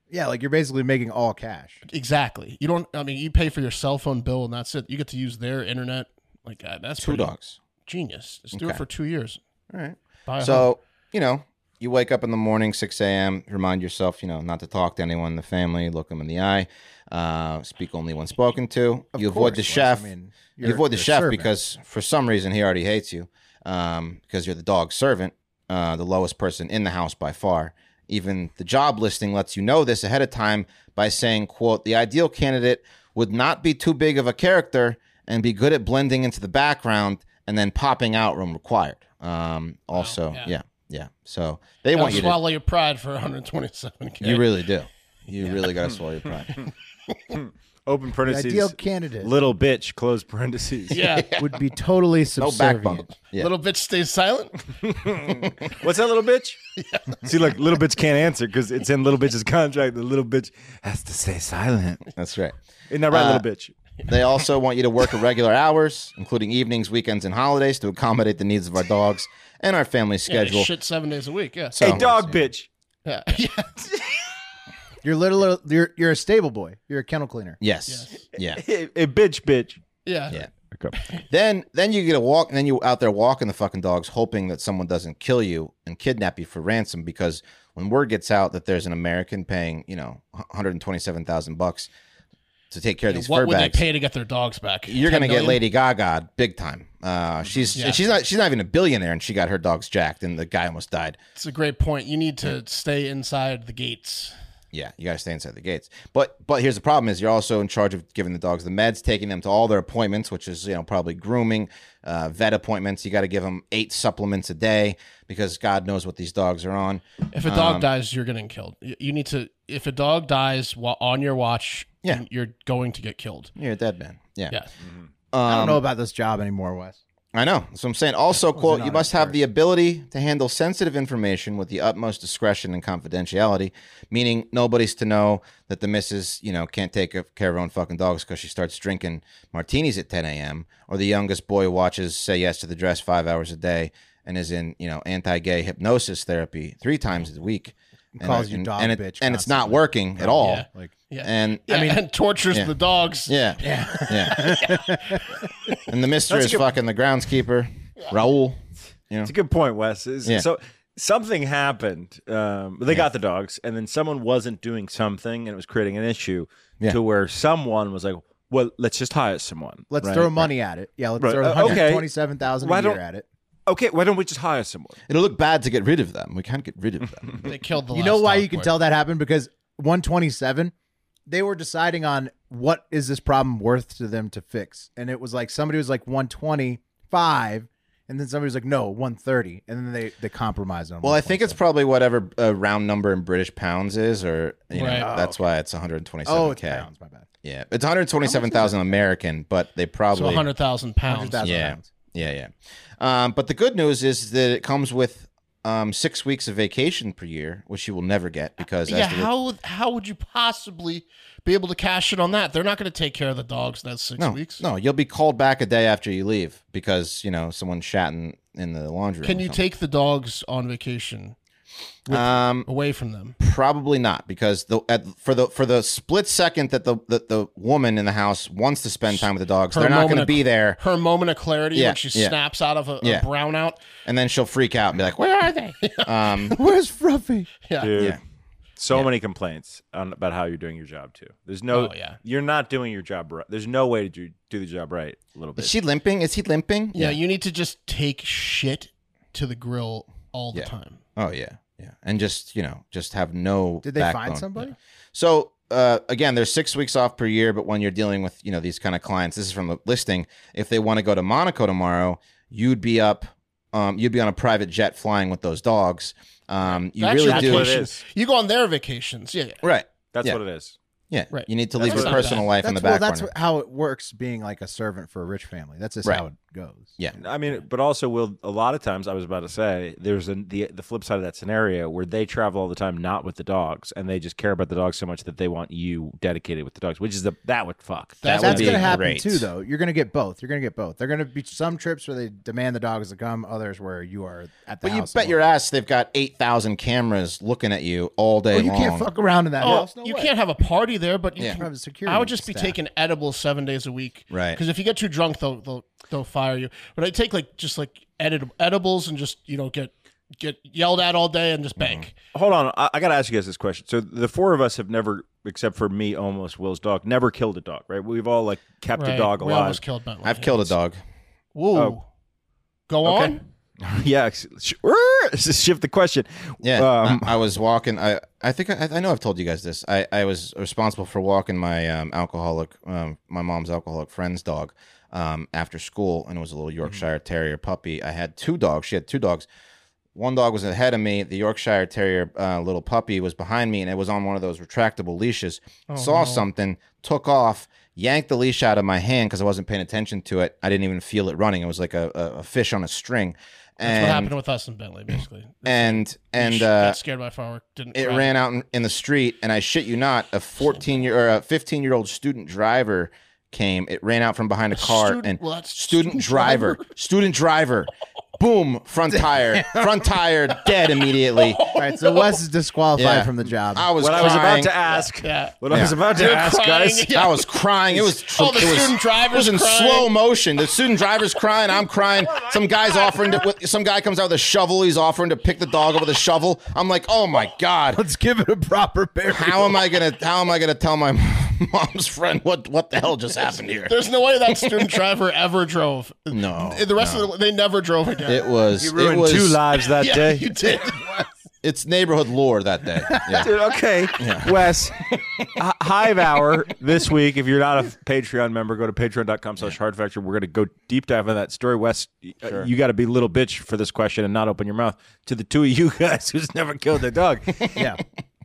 S5: e-,
S1: Yeah, like you're basically making all cash.
S2: Exactly. You don't. I mean, you pay for your cell phone bill, and that's it. You get to use their internet. Like God, that's
S5: Two
S2: pretty
S5: dogs.
S2: Genius. Just do it
S5: Okay.
S2: for two years.
S5: All right.
S2: Buy a home.
S5: So, you know, you wake up in the morning, 6 a.m., remind yourself, you know, not to talk to anyone in the family, look them in the eye, uh, speak only when spoken to.
S1: Of
S5: you
S1: course,
S5: avoid the
S1: Wes.
S5: chef.
S1: I mean,
S5: you
S1: you're-
S5: avoid the
S1: you're a
S5: chef
S1: servant.
S5: because for some reason he already hates you um, because you're the dog servant, uh, the lowest person in the house by far. Even the job listing lets you know this ahead of time by saying, quote, the ideal candidate would not be too big of a character and be good at blending into the background and then popping out when required. Um, also,
S2: yeah.
S5: yeah. yeah, So they
S2: Gotta
S5: want you to,
S2: swallow your pride for [LAUGHS] 127 k.
S5: you really do. You really got to swallow your pride.
S3: Open
S1: The
S3: parentheses.
S1: ideal candidate
S3: Little bitch. Close parentheses.
S2: yeah.
S1: [LAUGHS] would be totally
S5: No
S1: subservient.
S5: backbone. [LAUGHS] Yeah.
S2: Little bitch stays silent.
S3: What's that, little bitch? [LAUGHS] See, look, little bitch can't answer because it's in little bitch's contract. The little bitch has to stay silent.
S5: That's right.
S3: Isn't that right,
S5: Uh,
S3: little bitch?
S5: They also want you to work irregular hours, including evenings, weekends, and holidays, to accommodate the needs of our dogs and our family
S2: Yeah, they
S5: schedule.
S2: shit seven days a week. Yeah.
S5: So-
S3: hey, dog bitch.
S5: [LAUGHS]
S2: yeah. yeah.
S1: You're little. You're you're a stable boy. You're a kennel cleaner.
S5: Yes. Yeah.
S3: Hey, hey, bitch, bitch.
S2: Yeah.
S5: Yeah. Then then you get a walk, and then you out there walking the fucking dogs, hoping that someone doesn't kill you and kidnap you for ransom. Because when word gets out that there's an American paying, you know, 127,000 bucks to take care of
S2: And
S5: these
S2: what
S5: fur
S2: would
S5: bags,
S2: they pay to get their dogs back?
S5: you're gonna
S2: 10
S5: get
S2: million?
S5: Lady Gaga big time. Uh, she's
S2: Yeah.
S5: she's not she's not even a billionaire, and she got her dogs jacked, and the guy almost died.
S2: It's a great point. You need to stay inside the gates.
S5: Yeah, you gotta stay inside the gates. But but here's the problem: is you're also in charge of giving the dogs the meds, taking them to all their appointments, which is you know probably grooming, uh, vet appointments. You got to give them eight supplements a day because God knows what these dogs are on.
S2: If a
S5: Um,
S2: dog dies, you're getting killed. You you need to. If a dog dies while on your watch,
S5: Yeah.
S2: you're going to get killed.
S5: You're a dead man. Yeah,
S2: Yeah.
S1: I
S5: Um,
S1: don't know about this job anymore, Wes.
S5: I know. That's what I'm saying. Also, quote,
S1: in
S5: you
S1: on
S5: must
S1: it
S5: have
S1: first.
S5: the ability to handle sensitive information with the utmost discretion and confidentiality, meaning nobody's to know that the missus, you know, can't take care of her own fucking dogs because she starts drinking martinis at 10 a.m. or the youngest boy watches Say Yes to the Dress five hours a day and is in, you know, anti-gay hypnosis therapy three times a week. And,
S1: calls you dog
S5: and it-
S1: bitch
S5: And it's not working at all.
S2: Yeah.
S1: Like
S2: Yeah.
S5: And
S2: I mean, [LAUGHS] and tortures
S5: yeah.
S2: the dogs.
S5: yeah. Yeah.
S1: [LAUGHS]
S5: and the mister is fucking the groundskeeper, Raul. You know,
S3: It's a good point, Wes. It's-
S5: Yeah.
S3: So something happened. Um, they got the dogs, and then someone wasn't doing something, and it was creating an issue
S5: Yeah.
S3: to where someone was like, "Well, let's just hire someone.
S1: Let's
S3: right?
S1: throw money at it. Yeah, let's
S3: Right.
S1: throw
S3: Uh, okay.
S1: 127,000
S3: Why
S1: a year
S3: don't-
S1: at it.
S3: Okay, why don't we just hire someone?
S5: It'll look bad to get rid of them. We can't get rid of
S2: [LAUGHS]
S5: them.
S2: They killed the.
S1: You know
S2: last
S1: why
S2: dog
S1: you can
S2: quick.
S1: tell that happened because 127 they were deciding on what is this problem worth to them to fix. And it was like somebody was like 125 and then somebody was like no, 130 and then they they compromised on
S5: well, I think it's probably whatever uh, round number in British pounds is, or you know,
S2: Right.
S5: that's why it's 127k.
S1: Oh, it's pounds, my bad.
S5: Yeah, it's 127,000 American, but they probably
S2: So 100,000 pounds.
S1: 100,000
S5: Yeah.
S1: pounds.
S5: Yeah, yeah. Um, but the good news is that it comes with um, six weeks of vacation per year, which you will never get because as
S2: Yeah,
S5: the-
S2: how would- how would you possibly be able to cash in on that? They're not going to take care of the dogs that six
S5: no,
S2: weeks.
S5: no, you'll be called back a day after you leave because you know someone shat in, in the laundry.
S2: Can
S5: room or
S2: you
S5: something.
S2: take the dogs on vacation
S5: Um,
S2: away from them?
S5: probably not because the at, for the for the split second that the that the woman in the house wants to spend time with the dogs,
S2: Her
S5: they're not going
S2: moment
S5: to
S2: of-
S5: be there,
S2: Her moment of clarity
S5: Yeah,
S2: when she
S5: yeah.
S2: snaps out of a, a
S5: Yeah.
S2: brownout.
S5: and then she'll freak out and be like, "Where are
S2: [LAUGHS]
S5: they?" um,
S1: Where's Fruffy?
S2: Yeah.
S3: Dude,
S5: Yeah.
S3: so many complaints on, about how you're doing your job too. There's no,
S2: Oh, yeah.
S3: you're not doing your job right. There's no way to do, do the job right. A little bit.
S5: is she limping? Is he limping?
S2: Yeah, you need to just take shit to the grill all the
S5: Yeah.
S2: time.
S5: Oh yeah, yeah, and just you know, just have no.
S1: Did they
S5: backbone.
S1: find somebody?
S5: So uh, again, there's six weeks off per year, but when you're dealing with you know these kind of clients, this is from the listing. If they want to go to Monaco tomorrow, you'd be up, um, you'd be on a private jet flying with those dogs. Um, you
S2: That's
S5: really
S2: your
S5: do,
S3: what it
S2: vacation.
S3: is.
S2: You go on their vacations. Yeah, yeah.
S5: right?
S3: That's
S5: Yeah.
S3: what it is.
S5: Yeah,
S2: Right.
S5: You need to
S2: That's
S5: leave your
S2: not
S5: personal
S2: bad.
S5: life in the
S1: That's well,
S5: back
S1: that's
S5: burner.
S1: how it works being like a servant for a rich family. That's just
S5: Right.
S1: how it goes.
S5: Yeah.
S3: I mean, but also, will a lot of times I was about to say there's a, the the flip side of that scenario where they travel all the time, not with the dogs, and they just care about the dogs so much that they want you dedicated with the dogs, which is the that would fuck.
S2: That
S5: would
S1: That's
S5: be
S1: going to happen
S5: great.
S1: too, though. You're going to get both. You're going to get both. They're going to be some trips where they demand the dogs to come, others where you are at the
S5: But you
S1: house.
S5: bet your
S1: alone.
S5: ass they've got eight thousand cameras looking at you all day
S1: Oh, you
S5: long.
S1: can't fuck around in that
S2: Oh,
S1: house. No
S2: you
S1: way.
S2: can't have a party there, but you
S5: Yeah.
S2: can
S1: Have a security
S2: Oh, I would just be
S1: staff.
S2: taking edibles seven days a week,
S5: Right.
S2: Because if you get too drunk, they'll they'll they'll fire you. But I take like just like edit edibles and just you know get get yelled at all day and just
S5: Mm-hmm.
S2: bank.
S3: Hold on, I, I got to ask you guys this question. So the four of us have never, except for me, almost Will's dog, never killed a dog, right? We've all like kept
S2: Right.
S3: a dog
S2: We
S3: alive.
S2: almost killed Bentley.
S5: I've killed a dog.
S2: Whoa.
S3: Oh.
S2: Go
S3: Okay.
S2: on.
S3: [LAUGHS] yeah, ex- sh- [LAUGHS] err, shift the question.
S5: Yeah,
S3: Um,
S5: I, I was walking. I I think I, I know I've told you guys this. I, I was responsible for walking my um, alcoholic, um, my mom's alcoholic friend's dog um, after school, and it was a
S2: Mm-hmm.
S5: little Yorkshire Terrier puppy. I had two dogs. She had two dogs. One dog was ahead of me. The Yorkshire Terrier uh, little puppy was behind me, and it was on one of those retractable leashes.
S2: Oh,
S5: Saw something, took off, yanked the leash out of my hand because I wasn't paying attention to it. I didn't even feel it running. It was like a, a, a fish on a string.
S2: That's what happened
S5: And
S2: with us in Bentley, basically.
S5: and and
S2: Sh-
S5: uh,
S2: got scared by firework. Didn't
S5: it
S2: grab
S5: ran out in, in the street and i shit you not a 14 year or a 15 year old student driver came it ran out from behind a, car
S2: student-
S5: and
S2: well, that's
S5: student,
S2: [LAUGHS] student
S5: driver, student driver boom front tire front tire dead immediately
S1: All right, so Wes is disqualified
S5: Yeah.
S1: from the job.
S5: i was
S3: what I
S5: crying.
S3: was about to ask,
S2: Yeah.
S3: what I was
S5: Yeah.
S3: about
S5: [LAUGHS]
S3: to
S2: You're
S3: ask,
S2: crying.
S3: guys.
S2: Yeah.
S5: I was crying. It was
S2: Oh, the
S5: it was-
S2: student driver's
S5: It was in
S2: crying.
S5: slow motion. The student driver's crying. I'm crying. Some guy's offering to. With, some guy comes out with a shovel. He's offering to pick the dog up with a shovel. I'm like, oh my
S1: [LAUGHS]
S5: god.
S1: Let's give it a proper burial.
S2: [LAUGHS]
S5: how am I gonna how am I gonna tell my [LAUGHS] mom's friend what what the hell just happened here?
S2: There's no way that student driver ever drove.
S5: [LAUGHS] No,
S2: The rest of the, they never drove again.
S5: It was
S3: You
S5: it
S3: ruined
S5: was [LAUGHS]
S3: two lives that
S2: yeah,
S3: day.
S2: you did.
S5: it's neighborhood lore that
S2: [LAUGHS]
S5: day. Yeah.
S3: Dude, okay, Wes. h- Hive hour this week. If you're not a Patreon member, go to patreon.com/slash Hard Factor. We're gonna go deep dive on that story. Wes, y- uh, you got to be little bitch for this question and not open your mouth to the two of you [LAUGHS] guys who's never killed a dog.
S1: Yeah.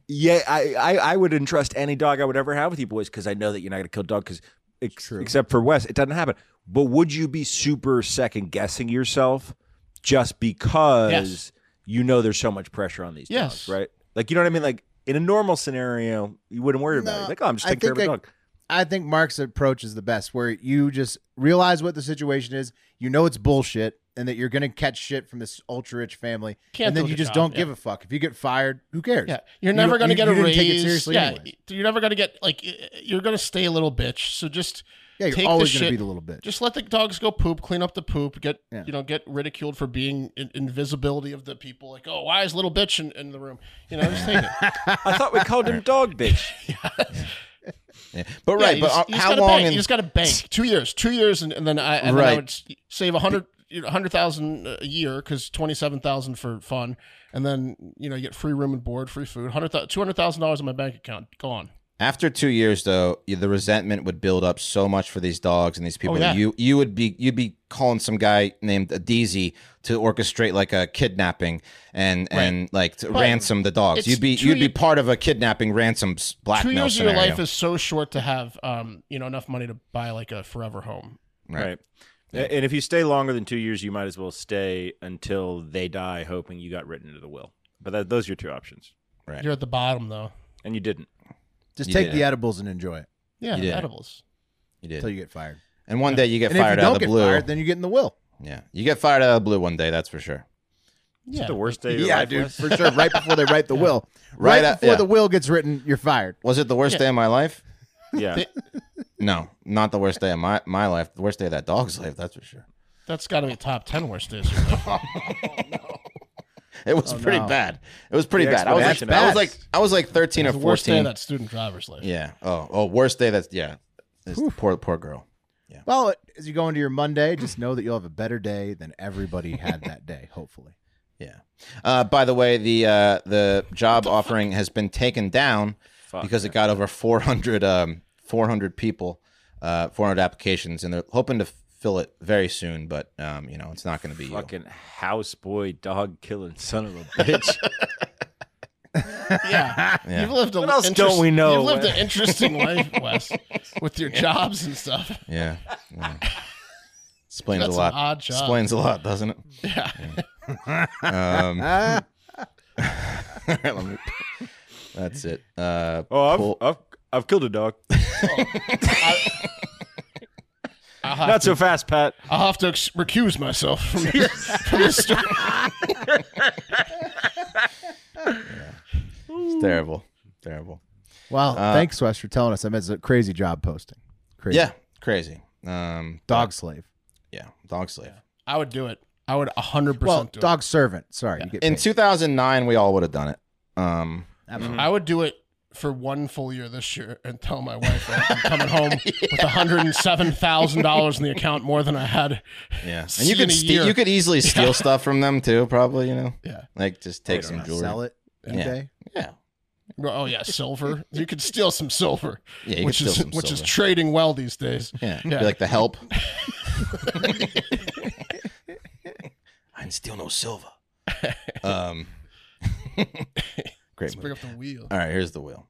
S3: yeah, I, I I would entrust any dog I would ever have with you boys because I know that you're not gonna kill a dog because except for Wes, it doesn't happen. But would you be super second guessing yourself just because
S2: Yes.
S3: you know there's so much pressure on these
S2: Yes.
S3: dogs, right? Like you know what I mean? Like in a normal scenario, you wouldn't worry about
S1: No,
S3: it. Like, oh, I'm just
S1: I
S3: taking care of a
S1: think I-
S3: dog.
S1: I think Mark's approach is the best, where you just realize what the situation is. You know it's bullshit, and that you're gonna catch shit from this ultra rich family,
S2: Can't
S1: and then
S2: do
S1: you
S2: the
S1: just don't
S2: job, yeah.
S1: give a fuck. If you get fired, who cares?
S2: Yeah, you're
S1: You
S2: never
S1: don't-
S2: gonna
S1: you-
S2: get
S1: you
S2: a
S1: didn't
S2: raise.
S1: take it seriously
S2: yeah,
S1: anyways.
S2: you're never gonna get like y- you're gonna stay a little bitch. So just
S1: Yeah, you're
S2: Take the
S1: always going to
S2: shit.
S1: beat a little bit.
S2: Just let the dogs go poop, clean up the poop, get
S1: Yeah.
S2: you know, get ridiculed for being in- invisibility of the people. Like, oh, why is little bitch in, in the room? You know,
S1: [LAUGHS]
S2: just take it.
S3: I thought we
S5: [LAUGHS]
S3: called him dog bitch.
S5: Yeah. But
S2: Yeah,
S5: right,
S2: you
S5: but
S2: just-
S5: uh,
S2: you just
S5: how
S2: gotta
S5: long?
S2: Bank.
S5: in-
S2: you just got
S1: [LAUGHS]
S2: to bank two years, two years, and, and then I and then I
S5: Right.
S2: would s- save a hundred. you know, 100,000 a year because 27,000 for fun. And then, you know, you get free room and board, free food, 100,000 $200,000 in my bank account gone.
S5: After two years, though, y- the resentment would build up so much for these dogs and these people.
S2: Oh,
S5: that
S2: yeah.
S5: You you would be you'd be calling some guy named Deezy to orchestrate like a kidnapping and and like to
S2: But
S5: ransom the dogs.
S2: it's
S5: You'd be
S2: two
S5: you'd be
S2: ye-
S5: part of a kidnapping ransom s-
S2: Two
S5: blackmail
S2: years
S5: scenario.
S2: of your life is so short to have, um, you know, enough money to buy like a forever home.
S5: Right.
S3: Right. A- And if you stay longer than two years, you might as well stay until they die, hoping you got written into the will. But that, those are your two options,
S5: Right.
S2: You're at the bottom though.
S3: and
S5: [LAUGHS]
S3: you didn't.
S1: Just
S5: You
S1: take
S5: did
S1: the
S5: it.
S1: edibles and enjoy it
S2: Yeah,
S5: You did.
S2: edibles.
S5: you
S1: until
S5: did.
S1: you get fired.
S5: And one day you get
S1: And if you
S5: fired
S1: don't
S5: out of the
S1: get
S5: blue.
S1: fired, then you get in the will.
S5: yeah, you get fired out of the blue one day. That's for sure.
S3: Is
S2: Yeah,
S3: it the worst day of your
S1: Yeah,
S3: life,
S1: dude,
S3: Wes?
S1: for sure. Right before they [LAUGHS] write the will, right,
S5: Right at-
S1: before
S5: yeah.
S1: the will gets written, you're fired.
S5: Was it the worst
S2: Yeah.
S5: day of my life?
S3: Yeah.
S5: No, not the worst day of my, my life. The worst day of that dog's life. That's for sure.
S2: That's got to be top ten worst days. of your
S5: [LAUGHS]
S2: life.
S5: It was
S1: Oh,
S5: pretty
S1: no.
S5: bad. It was pretty
S3: The
S5: bad. I was,
S3: explanation
S5: like, I was
S1: of it.
S5: like I was like thirteen or
S2: the worst day of
S5: fourteen.
S2: that student driver's life.
S5: Yeah. Oh, oh, worst day. That's yeah. It's the poor, poor girl.
S1: Well, as you go into your Monday, just know that you'll have a better day than [LAUGHS] everybody had that day. Hopefully,
S5: Yeah. Uh, by the way, the uh, the job offering has been taken down
S3: Fuck.
S5: because it got over 400, um, 400 people, uh, 400 applications, and they're hoping to fill it very soon. But um, you know, it's not going to be you.
S3: Fucking houseboy, dog killing son of a
S5: [LAUGHS]
S3: bitch.
S2: Yeah.
S5: Yeah.
S2: You've lived a
S3: What else
S2: interest-
S3: don't we know,
S2: You've lived
S3: Wes?
S2: an
S3: [LAUGHS]
S2: interesting life, Wes, with your jobs and stuff.
S5: Yeah. yeah. Explains
S2: That's
S5: a
S2: an
S5: lot.
S2: odd job.
S5: Explains a lot, doesn't it?
S2: [LAUGHS] Yeah.
S5: [LAUGHS] Um, let me- that's it. Uh,
S3: Oh, I've,
S5: pull-
S3: I've, I've killed a dog.
S2: I'll have
S3: Not
S2: to,
S3: so fast, Pat.
S2: I'll have to ex- recuse myself from, from this story.
S5: it's terrible. Terrible.
S1: well, thanks Wes for telling us. I mean, it's a crazy job posting. Crazy.
S5: Yeah, crazy. Um,
S1: dog slave.
S5: Yeah, dog slave.
S2: I would do it. I would 100%
S1: Well,
S2: do
S1: dog servant. Sorry, you get
S5: In
S1: paid.
S5: 2009, we all would have done it. Um,
S2: it. I would do it for one full year this year and tell my wife that I'm coming
S5: [LAUGHS]
S2: home with $107,000 in the account more than I had.
S5: yeah, and
S2: See
S5: you
S2: you in
S5: could
S2: a
S5: steal.
S2: year.
S5: You could easily
S2: [LAUGHS]
S5: steal stuff from them too. Probably, you know,
S2: Yeah.
S5: like just take some jewelry.
S1: sell it.
S5: Yeah.
S1: eBay.
S5: Yeah,
S2: Oh, yeah. Silver. You could steal some silver,
S5: yeah. You
S2: which
S5: could
S2: is
S5: steal some
S2: which
S5: silver.
S2: is trading well these days.
S5: yeah.
S2: yeah.
S5: Be like the [LAUGHS] help. I didn't steal no silver. [LAUGHS] Um, great
S2: Let's bring
S5: movie.
S2: up the wheel.
S5: All right, here's the wheel.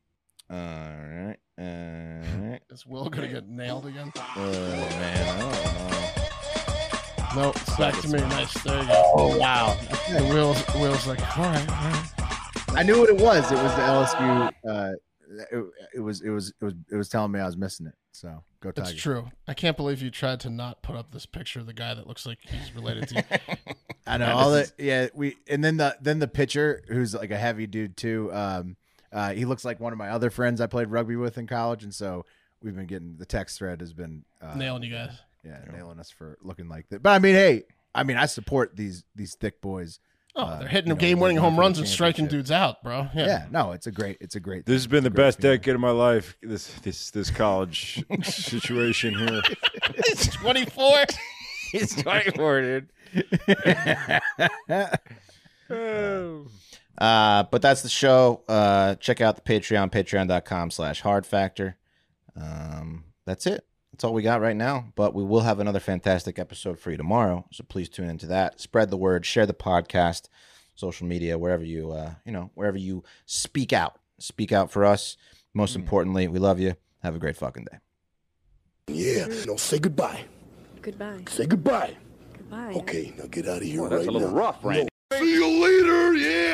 S5: All right, all right.
S2: Is Will going to get nailed again?
S5: Oh man, Oh, I don't know.
S2: No, it's back to me. Nice. There you go. Oh, wow. The wheel's, wheel's like, all right, all right.
S1: I knew what it was. It was the LSU. Uh, it, it was. It was. It was. It was telling me I was missing it. So go Tigers.
S2: That's true. I can't believe you tried to not put up this picture of the guy that looks like he's related to you.
S5: [LAUGHS]
S1: I know all the yeah we and then the then the pitcher who's like a heavy dude too. Um, uh, he looks like one of my other friends I played rugby with in college, and so we've been getting the text thread has been uh,
S2: Nailing you guys.
S1: Yeah, nailing us for looking like that. But I mean, hey, I mean, I support these these thick boys.
S2: Oh,
S1: Uh,
S2: they're hitting
S1: you know,
S2: game winning
S1: they're going
S2: home
S1: for the
S2: runs and striking
S1: championship.
S2: dudes out, bro. Yeah.
S1: Yeah. no, it's a great, it's a great.
S3: This has been the
S1: Great
S3: best
S1: feeling.
S3: decade of my life. This this this college situation here.
S2: [LAUGHS] 24.
S3: He's whiteboarded.
S5: [LAUGHS] Uh, but that's the show. Uh, check out the Patreon, patreon.com slash hard factor. Um, that's it. That's all we got right now. But we will have another fantastic episode for you tomorrow. So please tune into that. Spread the word, share the podcast, social media, wherever you uh, you know, wherever you speak out. Speak out for us. Most importantly, we love you. Have a great fucking day.
S9: Yeah. No, say goodbye.
S8: Goodbye.
S9: Say goodbye.
S8: Goodbye.
S4: Oh,
S9: Okay, now get out of here
S4: that's
S9: right
S4: a little
S9: now.
S4: rough,
S9: No,
S4: See you later. Yeah.